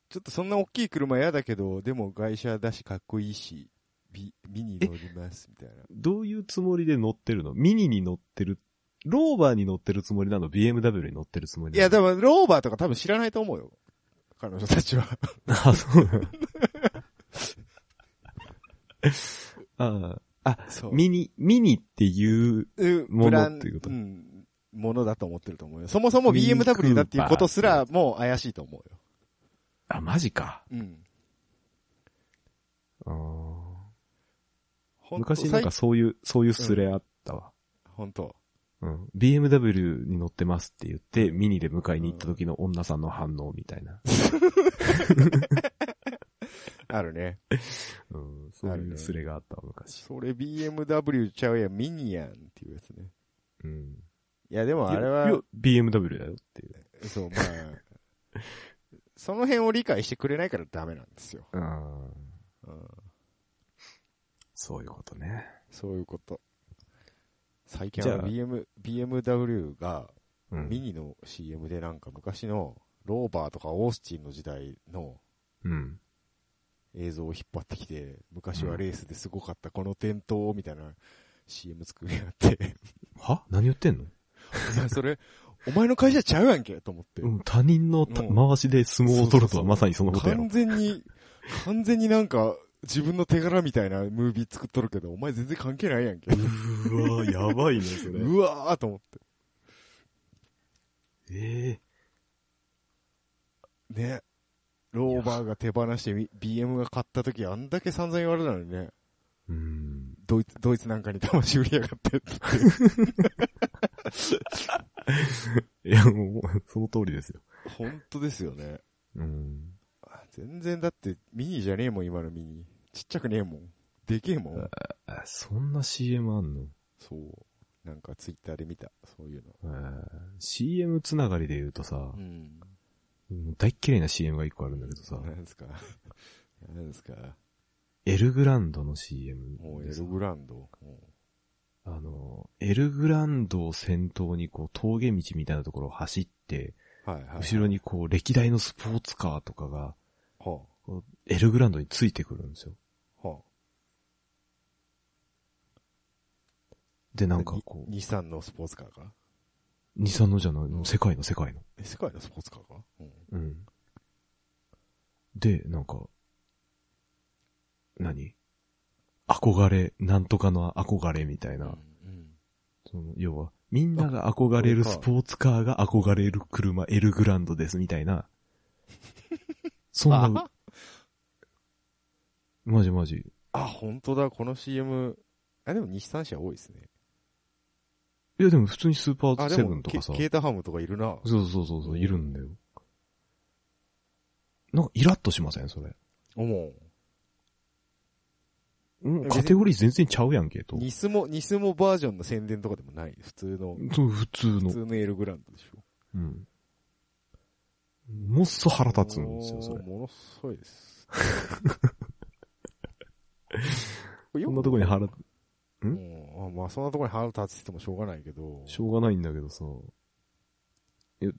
[SPEAKER 1] ちょっとそんな大きい車嫌だけど、でも外車だしかっこいいし、ビミニ乗ります、みたいな。
[SPEAKER 2] どういうつもりで乗ってるのミニに乗ってる、ローバーに乗ってるつもりなの ?BMW に乗ってるつもり
[SPEAKER 1] い
[SPEAKER 2] なの
[SPEAKER 1] や、でも、ローバーとか多分知らないと思うよ。彼女たちは。
[SPEAKER 2] あ、そう なのああ、あ、
[SPEAKER 1] そ
[SPEAKER 2] ミニ、ミニっていう、
[SPEAKER 1] う
[SPEAKER 2] もの
[SPEAKER 1] ブラン
[SPEAKER 2] っていうこと
[SPEAKER 1] ん。ものだと思ってると思うよ。そもそも
[SPEAKER 2] ミニクーパー
[SPEAKER 1] BMW だっていうことすらもう怪しいと思うよ。
[SPEAKER 2] あ、マジか。
[SPEAKER 1] うん。
[SPEAKER 2] あー
[SPEAKER 1] ほと
[SPEAKER 2] 昔なんか、そういう、そういうスレあったわ。
[SPEAKER 1] 本当
[SPEAKER 2] うん。BMW に乗ってますって言って、ミニで迎えに行った時の女さんの反応みた いな。
[SPEAKER 1] あるね。
[SPEAKER 2] うん。そういうスレがあったわ、昔。
[SPEAKER 1] それ BMW ちゃうやん、ミニやんっていうやつね。
[SPEAKER 2] うん。
[SPEAKER 1] いや、でもあれ
[SPEAKER 2] いや
[SPEAKER 1] は、
[SPEAKER 2] BMW だよっていう。
[SPEAKER 1] そう、まあ、 その辺を理解してくれないからダメなんですよ。
[SPEAKER 2] うん。
[SPEAKER 1] うん、
[SPEAKER 2] そういうことね。
[SPEAKER 1] そういうこと。最近
[SPEAKER 2] じゃ
[SPEAKER 1] は
[SPEAKER 2] あ
[SPEAKER 1] BM、BMW が、
[SPEAKER 2] う
[SPEAKER 1] ミ
[SPEAKER 2] ん。
[SPEAKER 1] ニの CM でなんか昔のローバーとかオースチンの時代の
[SPEAKER 2] うん。
[SPEAKER 1] 映像を引っ張ってきて、昔はレースですごかったこの伝統みたいな CM 作りや って、
[SPEAKER 2] は何言ってんの
[SPEAKER 1] お前それ、お前の会社ちゃうやんけと思って。
[SPEAKER 2] うん、他人のた
[SPEAKER 1] うん
[SPEAKER 2] 回しで相撲を取るとはまさにそのことやろ
[SPEAKER 1] 完。全に、完全になんか自分の手柄みたいなムービー作っとるけど、お前全然関係ないやんけ。
[SPEAKER 2] うわやばいね、そう
[SPEAKER 1] わーと思って。
[SPEAKER 2] ええ
[SPEAKER 1] ね。ローバーが手放してみ BM が買った時あんだけ散々言われたのにね。
[SPEAKER 2] うん。
[SPEAKER 1] ドイツ、ドイツなんかに魂売りやがってって。
[SPEAKER 2] いや、もう、その通りですよ。
[SPEAKER 1] 本当ですよね。
[SPEAKER 2] うん。
[SPEAKER 1] 全然だってミニじゃねえもん、今のミニ。ちっちゃくねえもん。でけえもん。
[SPEAKER 2] あそんな CM あんの
[SPEAKER 1] そう。なんかツイッターで見た。そういうの。
[SPEAKER 2] えー ?CM つながりで言うとさ
[SPEAKER 1] う、ん。
[SPEAKER 2] もう大っ嫌いな CM が一個あるんだけどさ、
[SPEAKER 1] なんですか。 なんですか。
[SPEAKER 2] エルグランドの CM
[SPEAKER 1] もうエ
[SPEAKER 2] でさ
[SPEAKER 1] ルグランド。うん
[SPEAKER 2] あの、エルグランドを先頭にこう峠道みたいなところを走って、
[SPEAKER 1] はいはい。
[SPEAKER 2] 後ろにこう歴代のスポーツカーとかが、
[SPEAKER 1] は
[SPEAKER 2] こうエルグランドについてくるんですよ。
[SPEAKER 1] あ、は
[SPEAKER 2] で、
[SPEAKER 1] あ、
[SPEAKER 2] なんかこう、
[SPEAKER 1] に日産のスポーツカーか
[SPEAKER 2] 日産のじゃない、もう世界の世界の。
[SPEAKER 1] え、世界のスポーツカーかうん。
[SPEAKER 2] うん。で、なんか、何憧れ、なんとかの憧れみたいな、
[SPEAKER 1] うん
[SPEAKER 2] その要は、みんなが憧れるスポーツカーが憧れる車、エルグランドですみた いな。そんな
[SPEAKER 1] あ、
[SPEAKER 2] マジマジ。
[SPEAKER 1] あ、本当だ、この CM。あ、でも日産車多いですね。
[SPEAKER 2] いやでも普通にスーパ
[SPEAKER 1] あ、
[SPEAKER 2] ー
[SPEAKER 1] で
[SPEAKER 2] セブ
[SPEAKER 1] も、
[SPEAKER 2] ンと
[SPEAKER 1] ケ
[SPEAKER 2] かさ。
[SPEAKER 1] ケータハムとかいるな。
[SPEAKER 2] そうそうそうそう、いるんだよ。なんかイラッとしませんそれ。
[SPEAKER 1] おも
[SPEAKER 2] うん、
[SPEAKER 1] 別に
[SPEAKER 2] カテゴリー全然ちゃうやんけ、と。
[SPEAKER 1] ニスモ、ニスモバージョンの宣伝とかでもない。普通の、
[SPEAKER 2] そう、普通の
[SPEAKER 1] 普。通のエールグランドでしょ。
[SPEAKER 2] うん。もっそ腹立つんですよ、そ
[SPEAKER 1] も
[SPEAKER 2] れ。
[SPEAKER 1] うものすごい です。こ
[SPEAKER 2] こんなとこに腹、ん
[SPEAKER 1] うんあまあそんなところに腹立つってもしょうがないけど。
[SPEAKER 2] しょうがないんだけどさ。え、うん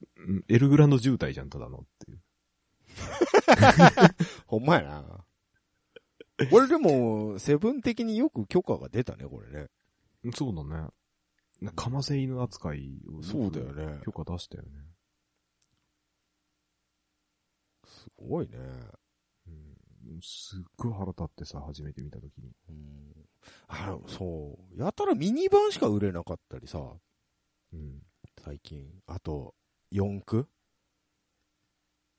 [SPEAKER 2] エルグランド渋滞じゃん、ただのっていう。
[SPEAKER 1] ほんまやな。俺でも、セブン的によく許可が出たね、これね。
[SPEAKER 2] そうだね。なかませ犬扱いを。
[SPEAKER 1] そうだよね
[SPEAKER 2] 許可出したよね。
[SPEAKER 1] すごいね。
[SPEAKER 2] うん。すっごい腹立ってさ、初めて見たときに。
[SPEAKER 1] うん。あの、そう。やたらミニ版しか売れなかったりさ、
[SPEAKER 2] うん。
[SPEAKER 1] 最近。あと、四駆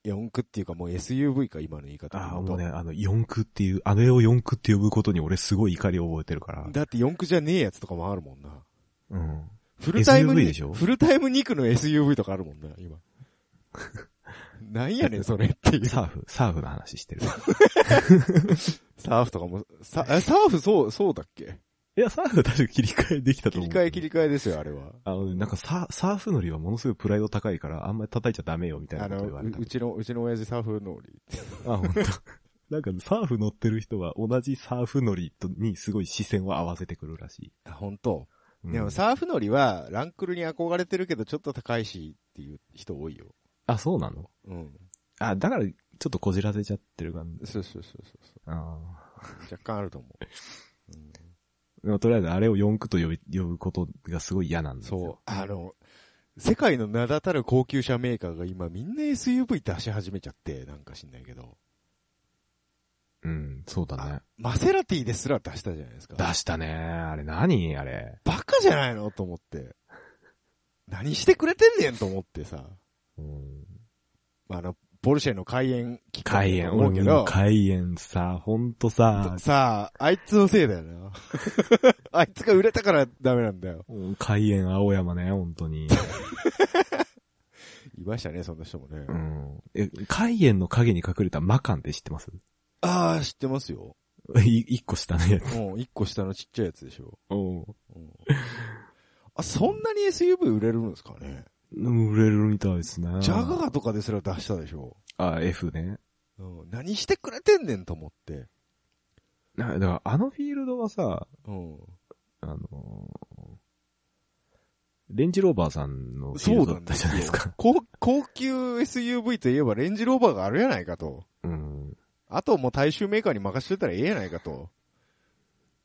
[SPEAKER 1] 四駆っていうかもう SUV か、今の言い方で
[SPEAKER 2] あ
[SPEAKER 1] 言
[SPEAKER 2] あ、
[SPEAKER 1] うと
[SPEAKER 2] もうね、あの、四駆っていう、あれを四駆って呼ぶことに俺すごい怒りを覚えてるから。
[SPEAKER 1] だって四駆じゃねえやつとかもあるもんな。
[SPEAKER 2] うん。
[SPEAKER 1] フルタイム
[SPEAKER 2] SUV
[SPEAKER 1] に
[SPEAKER 2] でしょ
[SPEAKER 1] フルタイム肉の SUV とかあるもんな、今。なんやねん、それっていう。
[SPEAKER 2] サーフ、サーフの 話してる。
[SPEAKER 1] サーフとかも、サえサーフそう、そうだっけ
[SPEAKER 2] いや、サーフは確か切り替えできたと
[SPEAKER 1] 切り
[SPEAKER 2] 思う。
[SPEAKER 1] 替え切り替えですよ、あれは。
[SPEAKER 2] あのね、なんかササーフ乗りはものすごいプライド高いから、あんまり叩いちゃダメよみたいな
[SPEAKER 1] あ
[SPEAKER 2] こと
[SPEAKER 1] の、
[SPEAKER 2] 言われ
[SPEAKER 1] う
[SPEAKER 2] た。
[SPEAKER 1] うちの、うちの親父サーフ乗り。
[SPEAKER 2] あ、本当。 なんかサーフ乗ってる人は同じサーフ乗りとにすごい視線を合わせてくるらしい。
[SPEAKER 1] あ、本当。
[SPEAKER 2] うん
[SPEAKER 1] でもサーフ乗りは、ランクルに憧れてるけど、ちょっと高いし、っていう人多いよ。
[SPEAKER 2] あ、そうなの
[SPEAKER 1] うん。
[SPEAKER 2] あ、だからちょっとこじらせちゃってる感じ。
[SPEAKER 1] そうそうそうそう
[SPEAKER 2] あ
[SPEAKER 1] そう。若干あると思う。
[SPEAKER 2] ーでもとりあえずあれを四駆と呼び呼ぶことがすごい嫌なんです
[SPEAKER 1] そう
[SPEAKER 2] よ。。
[SPEAKER 1] あの、世界の名だたる高級車メーカーが今みんな SUV 出し始めちゃって、なんか知んないけど。
[SPEAKER 2] そう。うん、そうだね。
[SPEAKER 1] マセラティですら出したじゃないですか。
[SPEAKER 2] 出したね。あれ何あれ。
[SPEAKER 1] バカじゃないのと思って。何してくれてんねんと思ってさ。
[SPEAKER 2] うん
[SPEAKER 1] まあ、あの、ポルシェの開園期間
[SPEAKER 2] 開園、
[SPEAKER 1] 思う
[SPEAKER 2] 俺
[SPEAKER 1] け
[SPEAKER 2] も
[SPEAKER 1] ど
[SPEAKER 2] う、開園さ、ほんとさ、
[SPEAKER 1] さあ、あいつのせいだよな。 あいつが売れたからダメなんだよ。
[SPEAKER 2] うん開園青山ね、本当に。
[SPEAKER 1] いましたね、そんな人もね。
[SPEAKER 2] うん。え、海縁の影に隠れた魔漢って知ってます
[SPEAKER 1] ああ、知ってますよ。
[SPEAKER 2] い一個下のやつ。
[SPEAKER 1] うん、一個下のちっちゃいやつでしょ。
[SPEAKER 2] う
[SPEAKER 1] うん、あ、そんなに SUV 売れるんですかね。
[SPEAKER 2] ん。売れるみたいですね。
[SPEAKER 1] ジャガーとかですら出したでしょ。
[SPEAKER 2] あ、F ね。
[SPEAKER 1] うん、何してくれてんねんと思って。
[SPEAKER 2] な、だからあのフィールドはさ、
[SPEAKER 1] うん。
[SPEAKER 2] あのーレンジローバーさんのフィールドだったじゃないですか。
[SPEAKER 1] 高高級 SUV といえばレンジローバーがあるやないかと。
[SPEAKER 2] うん。
[SPEAKER 1] あともう大衆メーカーに任せてたらええやないかと。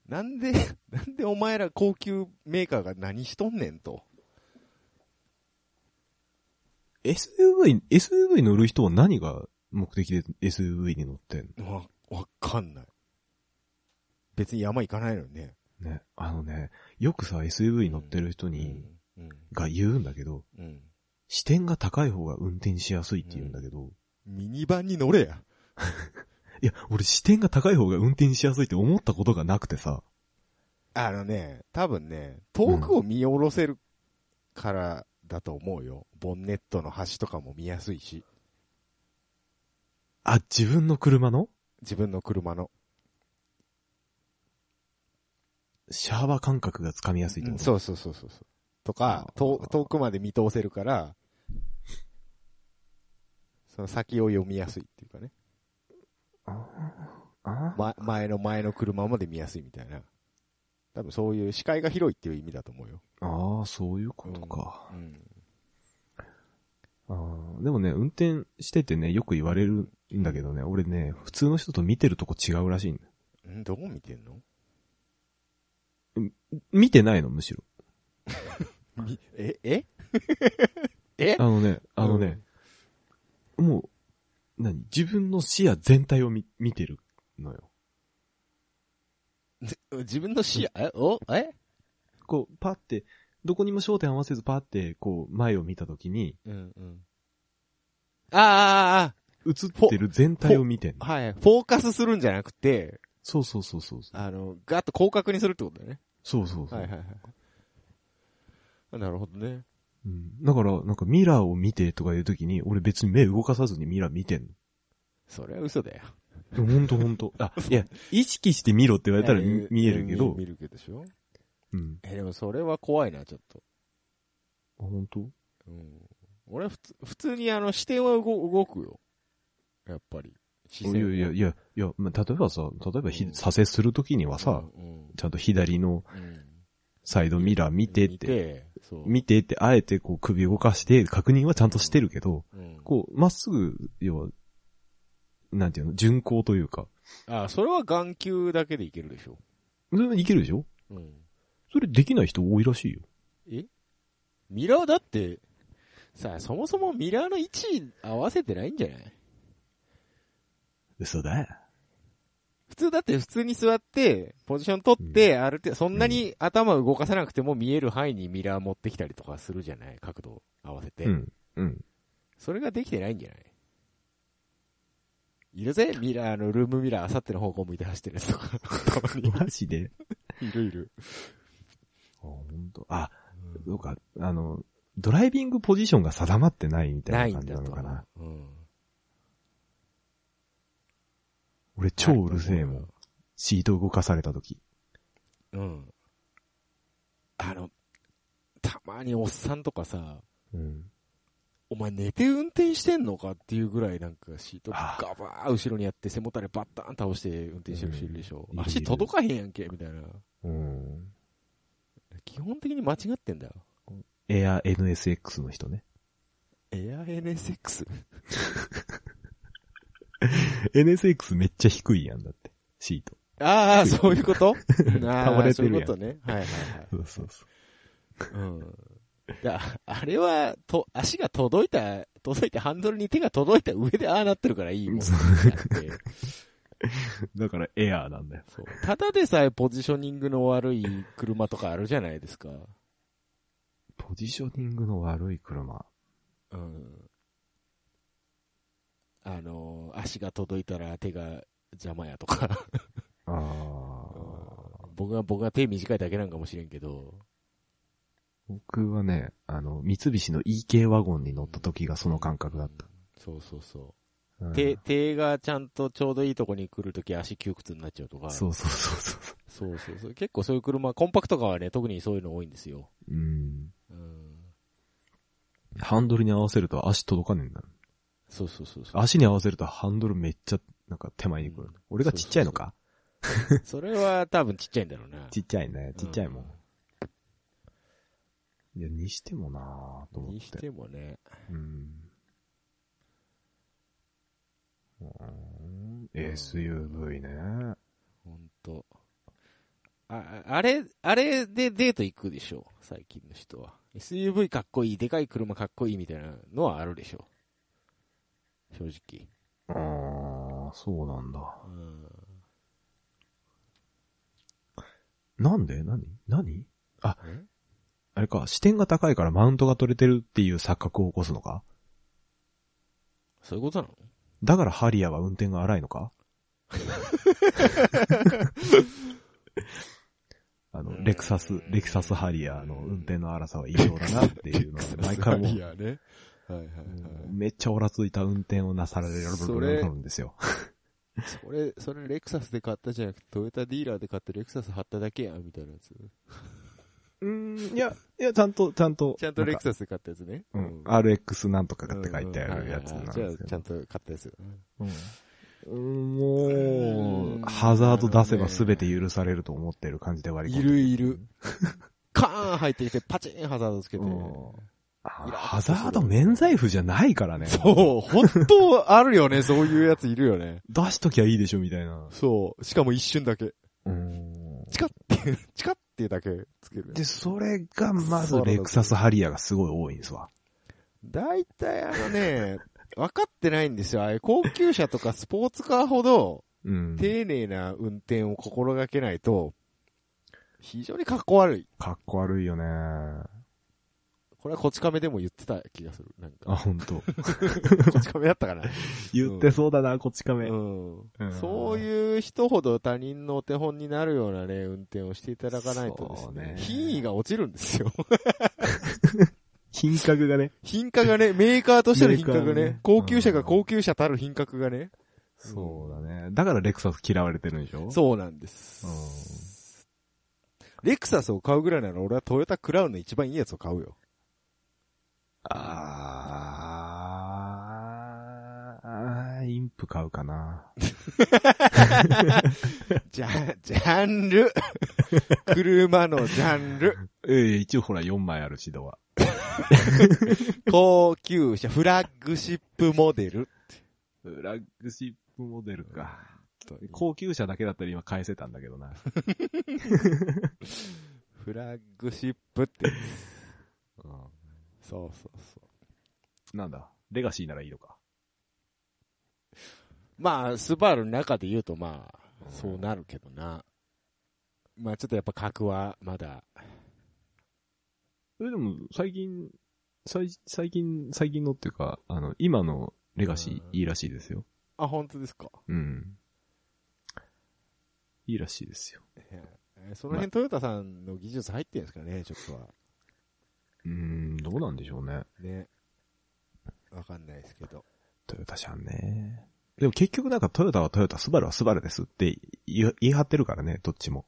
[SPEAKER 1] なんで、 なんでお前ら高級メーカーが何しとんねんと。
[SPEAKER 2] SUV、SUV 乗る人は何が目的で SUV に乗ってん
[SPEAKER 1] わ、わかんない。別に山行かないのにね。
[SPEAKER 2] のね。あのね、よくさ、SUV 乗ってる人
[SPEAKER 1] う
[SPEAKER 2] に、。
[SPEAKER 1] うん。
[SPEAKER 2] が言うんだけど、
[SPEAKER 1] うん。
[SPEAKER 2] 視点が高い方が運転しやすいって言うんだけど、
[SPEAKER 1] ミニバンに乗れや。
[SPEAKER 2] いや、俺視点が高い方が運転しやすいって思ったことがなくてさ。
[SPEAKER 1] あのね、多分ね、遠くを見下ろせるからだと思うよ。ボンネットの端とかも見やすいし。
[SPEAKER 2] あ、自分の車の
[SPEAKER 1] 自分の車の。
[SPEAKER 2] シャーバー感覚がつかみやすいって
[SPEAKER 1] う
[SPEAKER 2] こ
[SPEAKER 1] ん
[SPEAKER 2] と、
[SPEAKER 1] そうそうそうそうそう。とか
[SPEAKER 2] あ、
[SPEAKER 1] 遠遠くまで見通せるから、その先を読みやすいっていうかね。
[SPEAKER 2] あ
[SPEAKER 1] ま、前の前の車まで見やすいみたいな。多分そういう視界が広いっていう意味だと思うよ。
[SPEAKER 2] ああ、そういうことか、
[SPEAKER 1] うん。
[SPEAKER 2] あーでもね、運転しててね、よく言われるんだけどね、俺ね、普通の人と見てるとこ違うらしいんだよ
[SPEAKER 1] んどこ見てんの
[SPEAKER 2] 見てないの、むしろ。
[SPEAKER 1] みえ、ええ
[SPEAKER 2] あのね、あのね、もう、何自分の視野全体を見見てるのよ。
[SPEAKER 1] 自分の視野、え、お、え
[SPEAKER 2] こう、パって、どこにも焦点合わせずパって、こう、前を見たときに、
[SPEAKER 1] うんうん。あ
[SPEAKER 2] 映ってる全体を見てん
[SPEAKER 1] あ、
[SPEAKER 2] の。
[SPEAKER 1] はい。フォーカスするんじゃなくて、
[SPEAKER 2] そうそうそうそう。そう
[SPEAKER 1] あの、ガッと広角にするってことだよね。
[SPEAKER 2] そうそうそう、
[SPEAKER 1] はいはい。なるほどね。
[SPEAKER 2] うん。だから、なんかミラーを見てとかいうときに、俺別に目動かさずにミラー見てんの。
[SPEAKER 1] それは嘘だよ。
[SPEAKER 2] ほんとほんと。 あ、いや、意識して見ろって言われたら
[SPEAKER 1] いや
[SPEAKER 2] 見見えるけ
[SPEAKER 1] 見
[SPEAKER 2] ど
[SPEAKER 1] 見、るけどでしょ
[SPEAKER 2] うん。
[SPEAKER 1] え、でもそれは怖いな、ちょっと。
[SPEAKER 2] あ、ほんと
[SPEAKER 1] うん。俺は普通、普通にあの、視点は動動くよ。やっぱり。視
[SPEAKER 2] いやいやいや、いや、まあ、例えばさ、例えばひ
[SPEAKER 1] うん
[SPEAKER 2] 左折するときにはさ、
[SPEAKER 1] うん、
[SPEAKER 2] ちゃんと左の
[SPEAKER 1] うん。
[SPEAKER 2] サイドミラー見てっ
[SPEAKER 1] 見
[SPEAKER 2] て、
[SPEAKER 1] て、そう。
[SPEAKER 2] 見てって、あえてこう首動かして確認はちゃんとしてるけど、
[SPEAKER 1] うん、
[SPEAKER 2] こう、まっすぐ、要は、なんていうの、巡行というか、
[SPEAKER 1] あ、それは眼球だけでいけるでしょ。
[SPEAKER 2] うんいけるでしょ
[SPEAKER 1] うん。
[SPEAKER 2] それできない人多いらしいよ。
[SPEAKER 1] ミラーだって、さあ、そもそもミラーの位置合わせてないんじゃない
[SPEAKER 2] 嘘だ。
[SPEAKER 1] 普通だって普通に座って、ポジション取って、ある程度、そんなに頭動かさなくても見える範囲にミラー持ってきたりとかするじゃない角度合わせて。
[SPEAKER 2] うん、うん。
[SPEAKER 1] それができてないんじゃないいるぜミラーのルームミラー、あさっての方向向いて走ってるやつと か。たまに
[SPEAKER 2] マジで
[SPEAKER 1] いるいる。
[SPEAKER 2] あ、ほんと。あ、そうか、あの、ドライビングポジションが定まってないみた
[SPEAKER 1] ないい
[SPEAKER 2] なん感じ
[SPEAKER 1] だ
[SPEAKER 2] な
[SPEAKER 1] と
[SPEAKER 2] のかな。
[SPEAKER 1] 思う。うん。
[SPEAKER 2] 俺超うるせえもん。シート動かされた時。
[SPEAKER 1] うん。あの、たまにおっさんとかさ、
[SPEAKER 2] うん。
[SPEAKER 1] お前寝て運転してんのかっていうぐらいなんかシート
[SPEAKER 2] あ
[SPEAKER 1] ガバー後ろにやって背もたれバッタン倒して運転してる人いるでしょ
[SPEAKER 2] う。んいるいる
[SPEAKER 1] 足届かへんやんけ、みたいな。
[SPEAKER 2] うん。
[SPEAKER 1] 基本的に間違ってんだよ。
[SPEAKER 2] エア NSX の人ね。
[SPEAKER 1] エア NSX?
[SPEAKER 2] NSX めっちゃ低いやんだって、シート。
[SPEAKER 1] ああ、そういうこと
[SPEAKER 2] 倒
[SPEAKER 1] 倒
[SPEAKER 2] れて
[SPEAKER 1] そう
[SPEAKER 2] る
[SPEAKER 1] いう
[SPEAKER 2] や
[SPEAKER 1] こ
[SPEAKER 2] ん
[SPEAKER 1] とね。はいはいはい。
[SPEAKER 2] そうそうそう。
[SPEAKER 1] うん。 だあれは、と、足が届いた、届いてハンドルに手が届いた上でああなってるからいいもん。
[SPEAKER 2] そう
[SPEAKER 1] だって
[SPEAKER 2] だからエアーなんだよ。
[SPEAKER 1] そう。ただでさえポジショニングの悪い車とかあるじゃないですか。
[SPEAKER 2] ポジショニングの悪い車。
[SPEAKER 1] うん。あの、足が届いたら手が邪魔やとか。
[SPEAKER 2] ああ。
[SPEAKER 1] 僕は、僕は手短いだけなんかもしれんけど。
[SPEAKER 2] 僕はね、あの、三菱の EK ワゴンに乗った時がその感覚だった。
[SPEAKER 1] そうそうそうう。
[SPEAKER 2] ん
[SPEAKER 1] 手、手がちゃんとちょうどいいとこに来るとき足窮屈になっちゃうとか。
[SPEAKER 2] そうそうそうそう。
[SPEAKER 1] そうそうそう。結構そういう車、コンパクトカーはね、特にそういうの多いんですよ。
[SPEAKER 2] うん。
[SPEAKER 1] うん。
[SPEAKER 2] ハンドルに合わせると足届かねえんだ。
[SPEAKER 1] そうそうそうそう。
[SPEAKER 2] 足に合わせるとハンドルめっちゃ、なんか手前に来る。
[SPEAKER 1] うん
[SPEAKER 2] 俺がちっちゃいのか
[SPEAKER 1] それは多分ちっちゃいんだろうな。
[SPEAKER 2] ちっちゃいね。ちっちゃいもん。
[SPEAKER 1] う
[SPEAKER 2] いや、にしてもなぁと思
[SPEAKER 1] に
[SPEAKER 2] っ。
[SPEAKER 1] しててもね。
[SPEAKER 2] うん。うーん SUV ね。
[SPEAKER 1] ほんと。あ、ああれ、あれでデート行くでしょ最近の人は。SUV かっこいい、でかい車かっこいいみたいなのはあるでしょ正直。
[SPEAKER 2] ああ、そうなんだ。
[SPEAKER 1] うん。
[SPEAKER 2] なんで何何
[SPEAKER 1] え
[SPEAKER 2] あれか、視点が高いからマウントが取れてるっていう錯覚を起こすのか
[SPEAKER 1] そういうことなの
[SPEAKER 2] だからハリアーは運転が荒い のかあの、レクサス、レクサスハリアーの運転の荒さは異常だなっていうのは、 毎回もう、
[SPEAKER 1] やね。はいはいはい。
[SPEAKER 2] めっちゃおらついた運転をなされる
[SPEAKER 1] それ
[SPEAKER 2] んですよ。
[SPEAKER 1] それ、それレクサスで買ったじゃなくて、トヨタディーラーで買ってレクサス貼っただけやん、みたいなやつ。
[SPEAKER 2] うん、いや、いや、ちゃんと、ちゃんと。
[SPEAKER 1] ちゃんとレク
[SPEAKER 2] サ
[SPEAKER 1] サスで買ったやつね。
[SPEAKER 2] うん、RX なんとかって書いてあるやつなんで
[SPEAKER 1] じ
[SPEAKER 2] すけ
[SPEAKER 1] ゃ
[SPEAKER 2] ど。
[SPEAKER 1] あ、ちゃんと買ったやつ。
[SPEAKER 2] うん、も
[SPEAKER 1] うん
[SPEAKER 2] う、ハザード出せば全て許されると思ってる感じで割り込んで
[SPEAKER 1] いるい る。カーン入ってきて、パチンハザードつけて
[SPEAKER 2] う。んあ
[SPEAKER 1] イラッとする
[SPEAKER 2] ハザード免罪符じゃないからね。
[SPEAKER 1] そう、本当あるよね、そういうやついるよね。
[SPEAKER 2] 出しときゃいいでしょ、みたいな。
[SPEAKER 1] そう、しかも一瞬だけ。
[SPEAKER 2] うん。
[SPEAKER 1] チカって、チカってだけつける。
[SPEAKER 2] で、それが、まず、レクサスハリアーがすごい多いんですわ。
[SPEAKER 1] 大体あのね、分かってないんですよ。ああいう高級車とかスポーツカーほど、
[SPEAKER 2] うん。
[SPEAKER 1] 丁寧な運転を心がけないと、非常に格好悪い。
[SPEAKER 2] かっこ悪いよね。
[SPEAKER 1] これはこち亀でも言ってた気がする。なんか、
[SPEAKER 2] あ、ほんと。
[SPEAKER 1] こち亀だった かな。
[SPEAKER 2] 言ってそうだな、こっち亀。
[SPEAKER 1] うん
[SPEAKER 2] ん
[SPEAKER 1] そういう人ほど他人のお手本になるようなね、運転をしていただかないとです
[SPEAKER 2] そう
[SPEAKER 1] ね
[SPEAKER 2] ね、
[SPEAKER 1] 品位が落ちるんですよ。
[SPEAKER 2] 品格がね。
[SPEAKER 1] 品格がね、メーカーとしての
[SPEAKER 2] メー
[SPEAKER 1] 品
[SPEAKER 2] カーのね
[SPEAKER 1] 格がね、高級車が高級車たる品格がね、
[SPEAKER 2] そうだね。だからレクサス嫌われてるんでしょ
[SPEAKER 1] そうなんです。レクサスを買うぐらいなら俺はトヨタクラウンの一番いいやつを買うよ。
[SPEAKER 2] あー、インプ買うかな。
[SPEAKER 1] じゃ、ジャン ル。車のジャンル。
[SPEAKER 2] ええ、一応ほら4枚あるシドは。
[SPEAKER 1] 高級車、フラッグシップモデル。
[SPEAKER 2] フラッグシップモデルか。
[SPEAKER 1] こ
[SPEAKER 2] 高級車だけだったら今返せたんだけどな。
[SPEAKER 1] うフラッグシップって。
[SPEAKER 2] う
[SPEAKER 1] そうそうそう。
[SPEAKER 2] ん、なんだ。レガシーならいいのか。
[SPEAKER 1] まあ、スバルの中で言うとまあ、
[SPEAKER 2] うん
[SPEAKER 1] そうなるけどな。まあちょっとやっぱ格はまだ。
[SPEAKER 2] え、でも、最近、最、最近、最近のっていうか、あの、今のレガシー
[SPEAKER 1] うん、
[SPEAKER 2] いいらしいですよ。
[SPEAKER 1] あ、本当ですか。
[SPEAKER 2] うん。いいらしいですよ。
[SPEAKER 1] えーその辺トヨタさんの技術入ってるんですかね、ちょっとは。
[SPEAKER 2] うーん、どうなんでしょうね。
[SPEAKER 1] ね。わかんないですけど。
[SPEAKER 2] トヨタじゃんね。でも結局なんかトヨタはトヨタ、スバルはスバルですって言い言い張ってるからね、どっちも。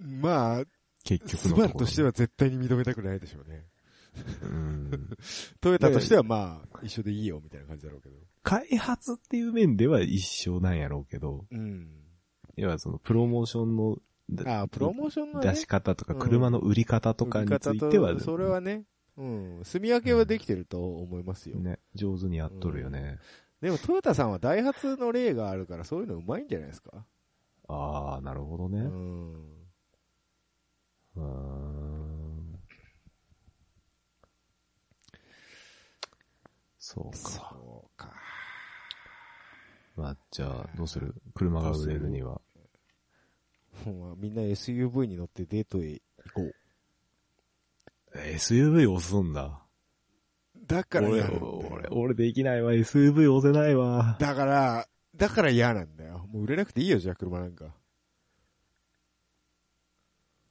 [SPEAKER 1] まあ、
[SPEAKER 2] 結局
[SPEAKER 1] ス
[SPEAKER 2] の
[SPEAKER 1] バ
[SPEAKER 2] と
[SPEAKER 1] ル
[SPEAKER 2] ことろ。
[SPEAKER 1] しては絶対に認めたくないでしょうね。
[SPEAKER 2] うん。
[SPEAKER 1] トヨタとしてはまあ、一緒でいいよ、みたいな感じだろうけど。
[SPEAKER 2] 開発っていう面では一緒なんやろうけど、
[SPEAKER 1] うん。
[SPEAKER 2] 要はそのプロモーションのだ
[SPEAKER 1] ああ、プロモーションのね。
[SPEAKER 2] 出し方とか、
[SPEAKER 1] うん
[SPEAKER 2] 車の売り方とかについて
[SPEAKER 1] 売
[SPEAKER 2] は、
[SPEAKER 1] り方とそれはね、うん。住み分けはできてると思いますよ。
[SPEAKER 2] ね、上手にやっとるよね。
[SPEAKER 1] でもトヨタさんはダイハツの例があるから、そういうのうまいんじゃないですか
[SPEAKER 2] ああ、なるほど
[SPEAKER 1] う
[SPEAKER 2] ね。
[SPEAKER 1] ん。
[SPEAKER 2] うーん。そうか。
[SPEAKER 1] そうか。
[SPEAKER 2] まあ、じゃあ、どうする車が売れるには。
[SPEAKER 1] もうみんな SUV に乗ってデートへ行こう。
[SPEAKER 2] SUV 押すんだ。
[SPEAKER 1] だから
[SPEAKER 2] 俺、
[SPEAKER 1] 嫌なんだよ
[SPEAKER 2] 俺、俺できないわ。SUV 押せないわ。
[SPEAKER 1] だから、だから嫌なんだよ。もう売れなくていいよ、じゃあ車なんか。っ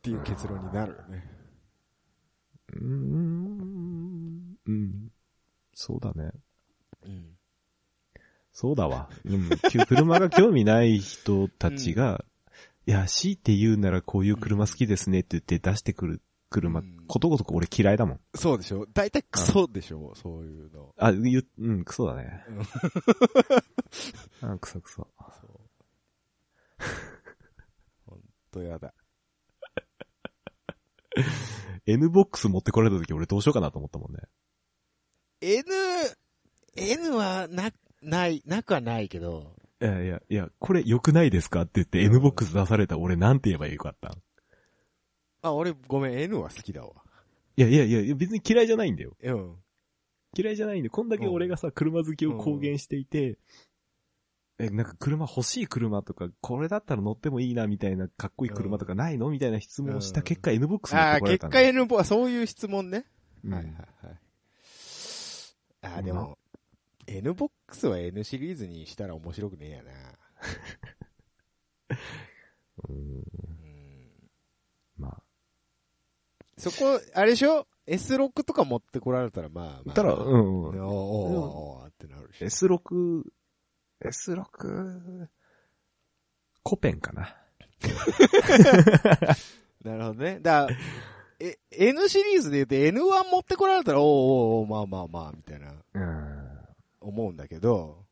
[SPEAKER 1] ていう結論になるよね。
[SPEAKER 2] うーん。うん。そうだね。
[SPEAKER 1] うん。
[SPEAKER 2] そうだわ。うん。きゅ 車が興味ない人たちが、いや、強いて言うならこういう車好きですねって言って出してくる車、
[SPEAKER 1] うん
[SPEAKER 2] ことごとく俺嫌いだもん。
[SPEAKER 1] そうでしょ大体クソでしょ、そういうの。
[SPEAKER 2] あ、ゆ、うん、クソだね。あ、クソクソ。
[SPEAKER 1] そう。ほんとやだ。
[SPEAKER 2] N ボックス持ってこられた時俺どうしようかなと思ったもんね。
[SPEAKER 1] N、N はな、ない、なくはないけど、
[SPEAKER 2] いやいや、いや、これ良くないですかって言って N ボックス出された俺なんて言えばよかったんい
[SPEAKER 1] あ、俺ごめん、N は好きだわ。
[SPEAKER 2] やいやいや、別に嫌いじゃないんだよ。
[SPEAKER 1] うん。
[SPEAKER 2] 嫌いじゃないんで、こんだけ俺がさ、車好きを公言していて、え、なんか車欲しい車とか、これだったら乗ってもいいなみたいな、かっこいい車とかないのみたいな質問をした結果、N ボックス持っ
[SPEAKER 1] あ
[SPEAKER 2] て
[SPEAKER 1] あ、
[SPEAKER 2] こられ
[SPEAKER 1] 結
[SPEAKER 2] たん
[SPEAKER 1] 果 N ボ、そういう質問ね。
[SPEAKER 2] は
[SPEAKER 1] はいい
[SPEAKER 2] は
[SPEAKER 1] はいいはい。あー、でも、NBOX は N シリーズにしたら面白くねえやな。うん
[SPEAKER 2] ま
[SPEAKER 1] そこ、あれでしょ ?S6 とか持ってこられたらまあ
[SPEAKER 2] あ。
[SPEAKER 1] まあ。
[SPEAKER 2] たら、
[SPEAKER 1] おー
[SPEAKER 2] うん
[SPEAKER 1] お
[SPEAKER 2] う
[SPEAKER 1] ー
[SPEAKER 2] ん。
[SPEAKER 1] おーおーってなるでし
[SPEAKER 2] S6、S6、コペンかな。
[SPEAKER 1] ょ。なるほどね。だからえ、N シリーズで言うと N1 持ってこられたら、おーおーおーまあまあまあ、みたいな、
[SPEAKER 2] う
[SPEAKER 1] 思うんだけど、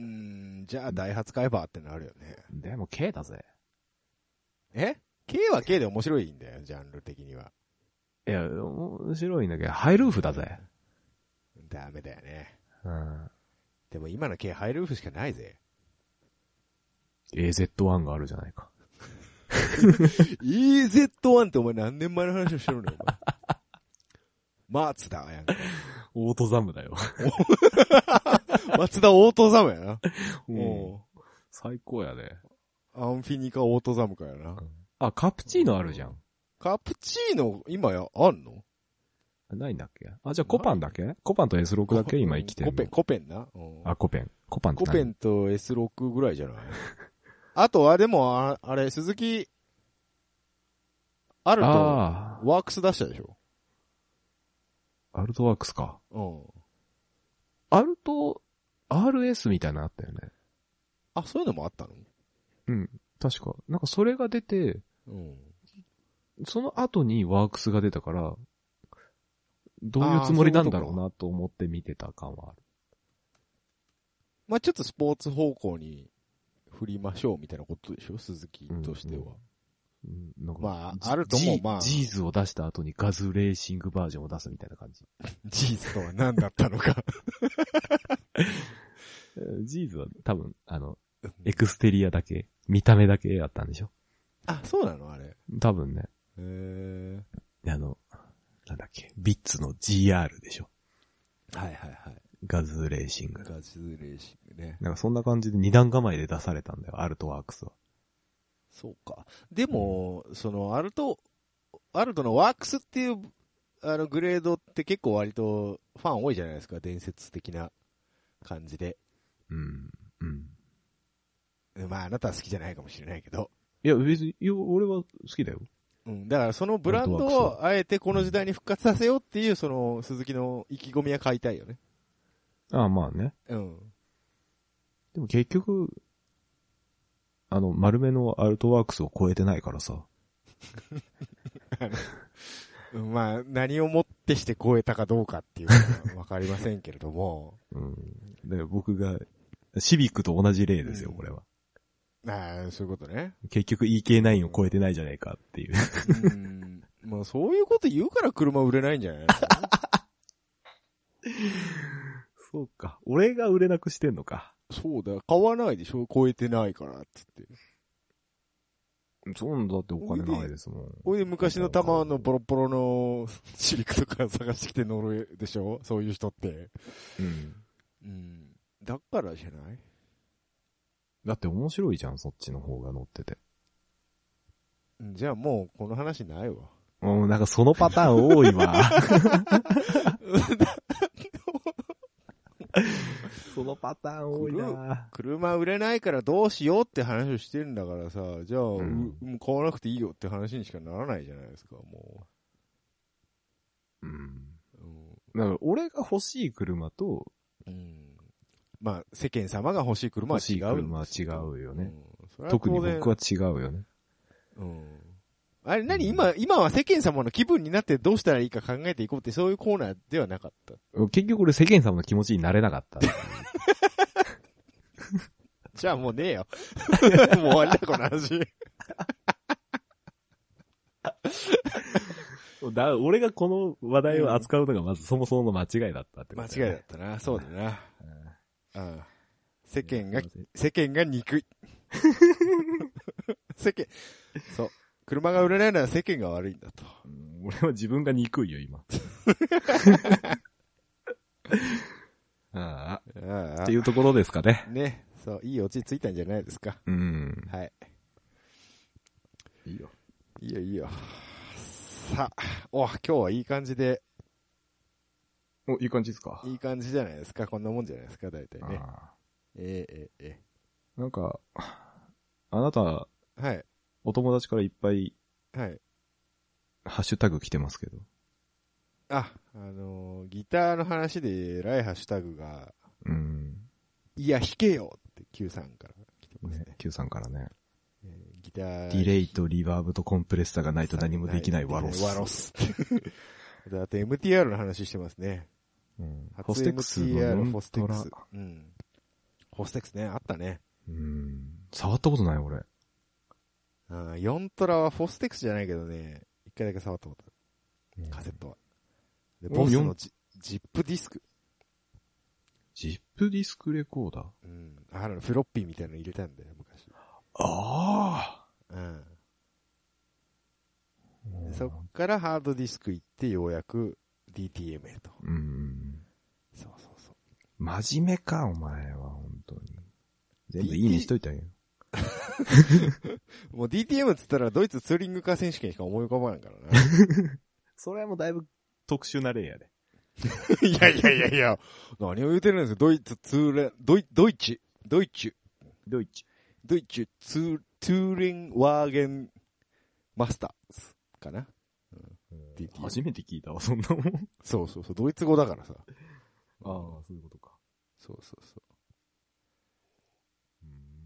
[SPEAKER 1] うーん、じゃあダイハツ買えばってなるよね。
[SPEAKER 2] でも K だぜ。
[SPEAKER 1] え ?K は K で面白いんだよ、ジャンル的には。
[SPEAKER 2] いや、面白いんだけど、ハイルーフだぜ。
[SPEAKER 1] ダメだよね。
[SPEAKER 2] うん。
[SPEAKER 1] でも今の K ハイルーフしかないぜ。
[SPEAKER 2] AZ1 があるじゃないか。
[SPEAKER 1] EZ1 ってお前何年前の話をしてるのよ、お 前。マツダやんか。
[SPEAKER 2] オートザムだよ。
[SPEAKER 1] マツダオートザムやな。
[SPEAKER 2] うん。
[SPEAKER 1] おう
[SPEAKER 2] 最高やね。
[SPEAKER 1] アンフィニカオートザムかやな。
[SPEAKER 2] あ、カプチーノあるじゃん。
[SPEAKER 1] カプチーノ、今や、あんの
[SPEAKER 2] ないんだっけあ、じゃあコパンだけコパンと S6 だけ今生きてる
[SPEAKER 1] コペン、
[SPEAKER 2] の。
[SPEAKER 1] コペンな。うん
[SPEAKER 2] あ、コペン。コパンって
[SPEAKER 1] コ
[SPEAKER 2] 何
[SPEAKER 1] ペンと S6 ぐらいじゃないあとは、でも、ああれ、鈴木、あると、ワ
[SPEAKER 2] あ
[SPEAKER 1] ークス出したでしょ
[SPEAKER 2] あ、アルトワークスか。
[SPEAKER 1] うん。
[SPEAKER 2] アルト RS みたいなのあったよね。
[SPEAKER 1] あ、そういうのもあったの
[SPEAKER 2] うん。確か。なんかそれが出て、
[SPEAKER 1] うん。
[SPEAKER 2] その後にワークスが出たから、どういうつもりなんだろうなと思って見てた感はある。
[SPEAKER 1] まあちょっとスポーツ方向に振りましょうみたいなことでしょ鈴木としては。
[SPEAKER 2] うんうん、なんか
[SPEAKER 1] まあ
[SPEAKER 2] ジ
[SPEAKER 1] あるとも
[SPEAKER 2] ジ
[SPEAKER 1] まあ
[SPEAKER 2] ジーズを出した後にガズレーシングバージョンを出すみたいな感じ。
[SPEAKER 1] 事実とは何だったのか。
[SPEAKER 2] ジーズは多分、あの、エクステリアだけ、見た目だけだったんでしょ
[SPEAKER 1] あ、そうなのあれ。へ
[SPEAKER 2] 多分ね、
[SPEAKER 1] え。
[SPEAKER 2] あの、なんだっけ、ビッツの GR でしょ
[SPEAKER 1] はいはいはい。
[SPEAKER 2] ガズレーシング。
[SPEAKER 1] ガチレーシングね。
[SPEAKER 2] なんかそんな感じで二段構えで出されたんだよ、アルトワークスは。
[SPEAKER 1] そうか。でも、その、アルト、アルトのワークスっていう、あの、グレードって結構割とファン多いじゃないですか。伝説的な感じで。
[SPEAKER 2] うん。うん。
[SPEAKER 1] まあ、あなたは好きじゃないかもしれないけど。
[SPEAKER 2] いや、別に、いや俺は好きだよ。
[SPEAKER 1] うん。だから、そのブランド
[SPEAKER 2] アルトワーク
[SPEAKER 1] を、あえてこの時代に復活させようっていう、その、鈴木の意気込みは買いたいよね。
[SPEAKER 2] ああ、まあね。
[SPEAKER 1] うん。
[SPEAKER 2] でも結局、あの、丸めのアルトワークスを超えてないからさ。
[SPEAKER 1] うんまあ、何をもってして超えたかどうかっていうのは わかりませんけれども。
[SPEAKER 2] うん。で、僕が、シビックと同じ例ですよ、
[SPEAKER 1] うん
[SPEAKER 2] これは。
[SPEAKER 1] ああ、そういうことね。
[SPEAKER 2] 結局 EK9 を超えてないじゃないかっていう。
[SPEAKER 1] うん。まあ、そういうこと言うから車売れないんじゃ ないの
[SPEAKER 2] そうか。俺が売れなくしてんのか。
[SPEAKER 1] そうだよ。買わないでしょ超えてないから、つって。
[SPEAKER 2] そうなんだってお金ないですもん。
[SPEAKER 1] おいで昔の玉のボロボロのシビックとか探してきて乗るでしょそういう人って。
[SPEAKER 2] うん。
[SPEAKER 1] うん。だからじゃない
[SPEAKER 2] だって面白いじゃん、そっちの方が乗ってて。
[SPEAKER 1] うんじゃあもう、この話ないわ。
[SPEAKER 2] うん、なんかそのパターン多いわ。 そのパターン多いな
[SPEAKER 1] 車売れないからどうしようって話をしてるんだからさ、じゃあ、うんもう買わなくていいよって話にしかならないじゃないですか、も
[SPEAKER 2] うん。
[SPEAKER 1] う。うん
[SPEAKER 2] だから俺が欲しい車と、
[SPEAKER 1] うんまあ、世間様が欲しい車は
[SPEAKER 2] 欲
[SPEAKER 1] 違。
[SPEAKER 2] しいう車は違うよね。
[SPEAKER 1] うんそれは
[SPEAKER 2] 特に
[SPEAKER 1] 当然
[SPEAKER 2] 僕は違うよね。
[SPEAKER 1] うんあれ何、今、今は世間様の気分になってどうしたらいいか考えていこうってそういうコーナーではなかった。
[SPEAKER 2] 結局俺世間様の気持ちになれなかった。
[SPEAKER 1] じゃあもうねえ よ。もう終わりだ、この話。
[SPEAKER 2] だ俺がこの話題を扱うのがまずそもそ もの間違いだったって
[SPEAKER 1] 間違
[SPEAKER 2] こと
[SPEAKER 1] い
[SPEAKER 2] だよ
[SPEAKER 1] だ
[SPEAKER 2] ね
[SPEAKER 1] ったな。そうだな。うん世間
[SPEAKER 2] う
[SPEAKER 1] が
[SPEAKER 2] ん、
[SPEAKER 1] 世間が憎い。 世間、そう。車が売れないなら世間が悪いんだと。
[SPEAKER 2] うん俺は自分が憎いよ、 今。
[SPEAKER 1] あ
[SPEAKER 2] ああ、
[SPEAKER 1] あ
[SPEAKER 2] っていうところですかね。
[SPEAKER 1] ね。そう、いいオチついたんじゃないですか。
[SPEAKER 2] うん。
[SPEAKER 1] はい。
[SPEAKER 2] いいよ。
[SPEAKER 1] いいよいいよ。さあ、お、今日はいい感じで、
[SPEAKER 2] お、いい感じですか
[SPEAKER 1] いい感じじゃないですか。こんなもんじゃないですか、大体ね。
[SPEAKER 2] あ
[SPEAKER 1] えええええ
[SPEAKER 2] あなんか、あなた、
[SPEAKER 1] えはい、
[SPEAKER 2] お友達からいっぱい
[SPEAKER 1] はい。
[SPEAKER 2] ハッシュタグ来てますけど。
[SPEAKER 1] あ、あのーギターの話で、ライハッシュタグが、
[SPEAKER 2] うん。
[SPEAKER 1] いや、弾けよって Q さんから来てますね
[SPEAKER 2] ね。、Q さんからね。
[SPEAKER 1] えーギター。
[SPEAKER 2] ディレイとリバーブとコンプレッサーがないと何もできないワロス。
[SPEAKER 1] ワロス。 だって MTR の話してますね。
[SPEAKER 2] うん。
[SPEAKER 1] 初
[SPEAKER 2] ホステックス
[SPEAKER 1] MTR
[SPEAKER 2] の
[SPEAKER 1] ホ
[SPEAKER 2] ノン
[SPEAKER 1] ステッ
[SPEAKER 2] ト
[SPEAKER 1] ク
[SPEAKER 2] ラ
[SPEAKER 1] ス。。うん。ホステックスね、あったね。
[SPEAKER 2] うん。触ったことない、俺。
[SPEAKER 1] うん、4トラはフォステックスじゃないけどね、一回だけ触ったことあ
[SPEAKER 2] うん
[SPEAKER 1] る。カセットは。で、
[SPEAKER 2] お
[SPEAKER 1] ボス
[SPEAKER 2] 四
[SPEAKER 1] のジジップディスク。
[SPEAKER 2] ジップディスクレコーダー
[SPEAKER 1] うん。あの、フロッピーみたいなの入れたんだよ、昔。
[SPEAKER 2] あ
[SPEAKER 1] うん。で
[SPEAKER 2] あ
[SPEAKER 1] そっからハードディスク行って、ようやく DTM へと。
[SPEAKER 2] うん。
[SPEAKER 1] そうそうそう。
[SPEAKER 2] 真面目か、お前は、本当に。全部いいねしといてあげよ
[SPEAKER 1] もう DTM っつったらドイツツーリングカー選手権しか思い浮かばないからな。
[SPEAKER 2] それはもうだいぶ特殊な例やで。
[SPEAKER 1] いやいやいやいや、何を言うてるんですかドイツツーレン、ドイ、ドイツ、ドイツ、
[SPEAKER 2] ドイツ。
[SPEAKER 1] ドイツツー、ツーリンワーゲンマスターズかなうん
[SPEAKER 2] 初めて聞いたわ、そんなもん。あ
[SPEAKER 1] そうそうそう、ドイツ語だからさ。
[SPEAKER 2] あ、そういうことか。
[SPEAKER 1] そうそうそう。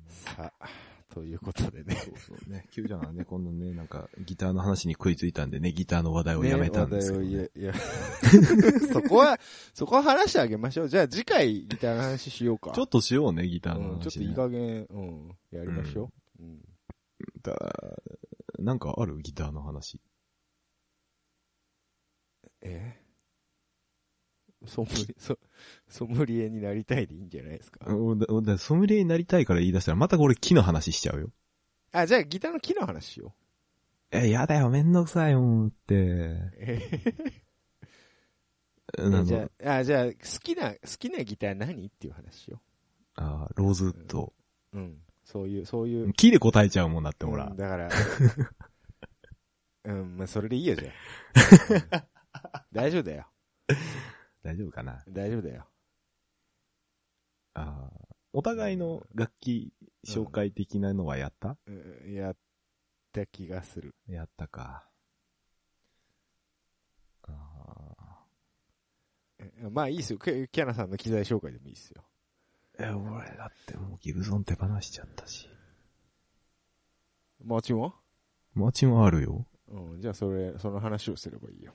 [SPEAKER 1] さあ、ということでね。
[SPEAKER 2] そうそうね。キューちゃんはね、今度ね、なんか、ギターの話に食いついたんでね、ギターの話題をやめたんですけど、ね
[SPEAKER 1] ね話題をいや、い やそこは、そこは話してあげましょう。じゃあ次回ギターの話しようか。
[SPEAKER 2] ちょっとしようね、ギター
[SPEAKER 1] う
[SPEAKER 2] の話、ね
[SPEAKER 1] んちょっといい加減、うん、やりましょう。うん
[SPEAKER 2] だなんかあるギターの話。
[SPEAKER 1] え ソムリ、ソ、ソムリエになりたいでいいんじゃないですか。
[SPEAKER 2] うんだだソムリエになりたいから言い出したら、またこれ木の話しちゃうよ。
[SPEAKER 1] あ、じゃあギターの木の話しよ
[SPEAKER 2] え、やだよ、めんどくさいもんって。
[SPEAKER 1] う。え
[SPEAKER 2] うんあ
[SPEAKER 1] じ
[SPEAKER 2] の
[SPEAKER 1] ゃ、あ、あじゃあ、好きな、好きなギター何っていう話しよ
[SPEAKER 2] あーローズウッド。
[SPEAKER 1] う。うん。そういう、そういう。
[SPEAKER 2] 木で答えちゃうもんなって、ほ
[SPEAKER 1] う
[SPEAKER 2] ら
[SPEAKER 1] ん。だから。う ん、まあ、それでいいよ、じゃあ。大丈夫だよ。
[SPEAKER 2] 大丈夫かな
[SPEAKER 1] 大丈夫だよ。
[SPEAKER 2] あーお互いの楽器紹介的なのはやった、
[SPEAKER 1] うんやった気がする。
[SPEAKER 2] やったか。あ
[SPEAKER 1] えまあ、いいですよ。キャキャナさんの機材紹介でもいいですよ。
[SPEAKER 2] ーいや、俺だってもうギブソン手放しちゃったし。
[SPEAKER 1] マーチンは
[SPEAKER 2] マーチンはあるよ。
[SPEAKER 1] うん、じゃあ、それ、その話をすればいいよ。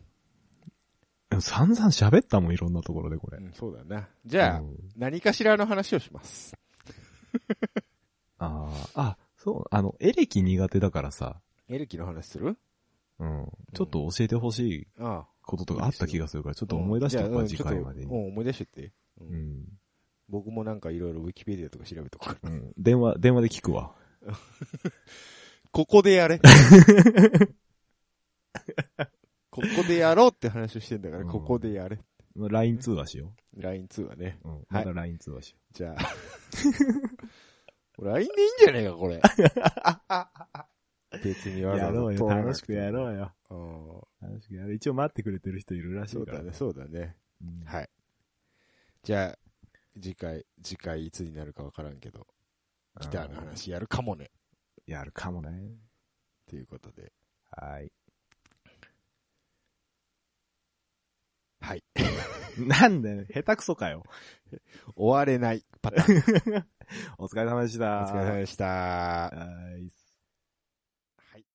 [SPEAKER 2] でも散々喋ったもん、いろんなところでこれ
[SPEAKER 1] う。ん、そうだな。じゃあ、
[SPEAKER 2] うん
[SPEAKER 1] 何かしらの話をします。
[SPEAKER 2] あーあ、そう、あの、エレキ苦手だからさ、
[SPEAKER 1] エレキの話する
[SPEAKER 2] うん、ちょっと教えてほしい
[SPEAKER 1] ああ。
[SPEAKER 2] こととかあった気がするから、ちょっと思い出しておこう、次回まで
[SPEAKER 1] うんじゃあ
[SPEAKER 2] に。
[SPEAKER 1] うんちょっとうん思い出してって。うん
[SPEAKER 2] うん。
[SPEAKER 1] 僕もなんかいろいろウィキペディアとか調べとく
[SPEAKER 2] う
[SPEAKER 1] から。
[SPEAKER 2] ん。電話、電話で聞くわ。
[SPEAKER 1] ここでやれ。 ここでやろうって話をしてんだから、
[SPEAKER 2] うん
[SPEAKER 1] ここでやれ。
[SPEAKER 2] LINE 通話しよ
[SPEAKER 1] LINE 通話ね。
[SPEAKER 2] う。うん。また LINE 通話しよ
[SPEAKER 1] じゃあ。LINE でいいんじゃねえか、 これ。別に
[SPEAKER 2] う。
[SPEAKER 1] わざわざ通らなても
[SPEAKER 2] ろうよ。
[SPEAKER 1] うん
[SPEAKER 2] 楽しくやる。一応待ってくれてる人いるら
[SPEAKER 1] そうだね、。そうだね。
[SPEAKER 2] うん
[SPEAKER 1] はい。じゃあ、次回、次回いつになるかわからんけど、ギターの。話やるかもね。
[SPEAKER 2] うんやるかもね。
[SPEAKER 1] ということで。
[SPEAKER 2] はい。
[SPEAKER 1] はい。
[SPEAKER 2] なんだよ、下手くそかよ。
[SPEAKER 1] 終われないパターン。
[SPEAKER 2] お疲れ様でした。
[SPEAKER 1] お疲れ様でした。
[SPEAKER 2] 様。はい。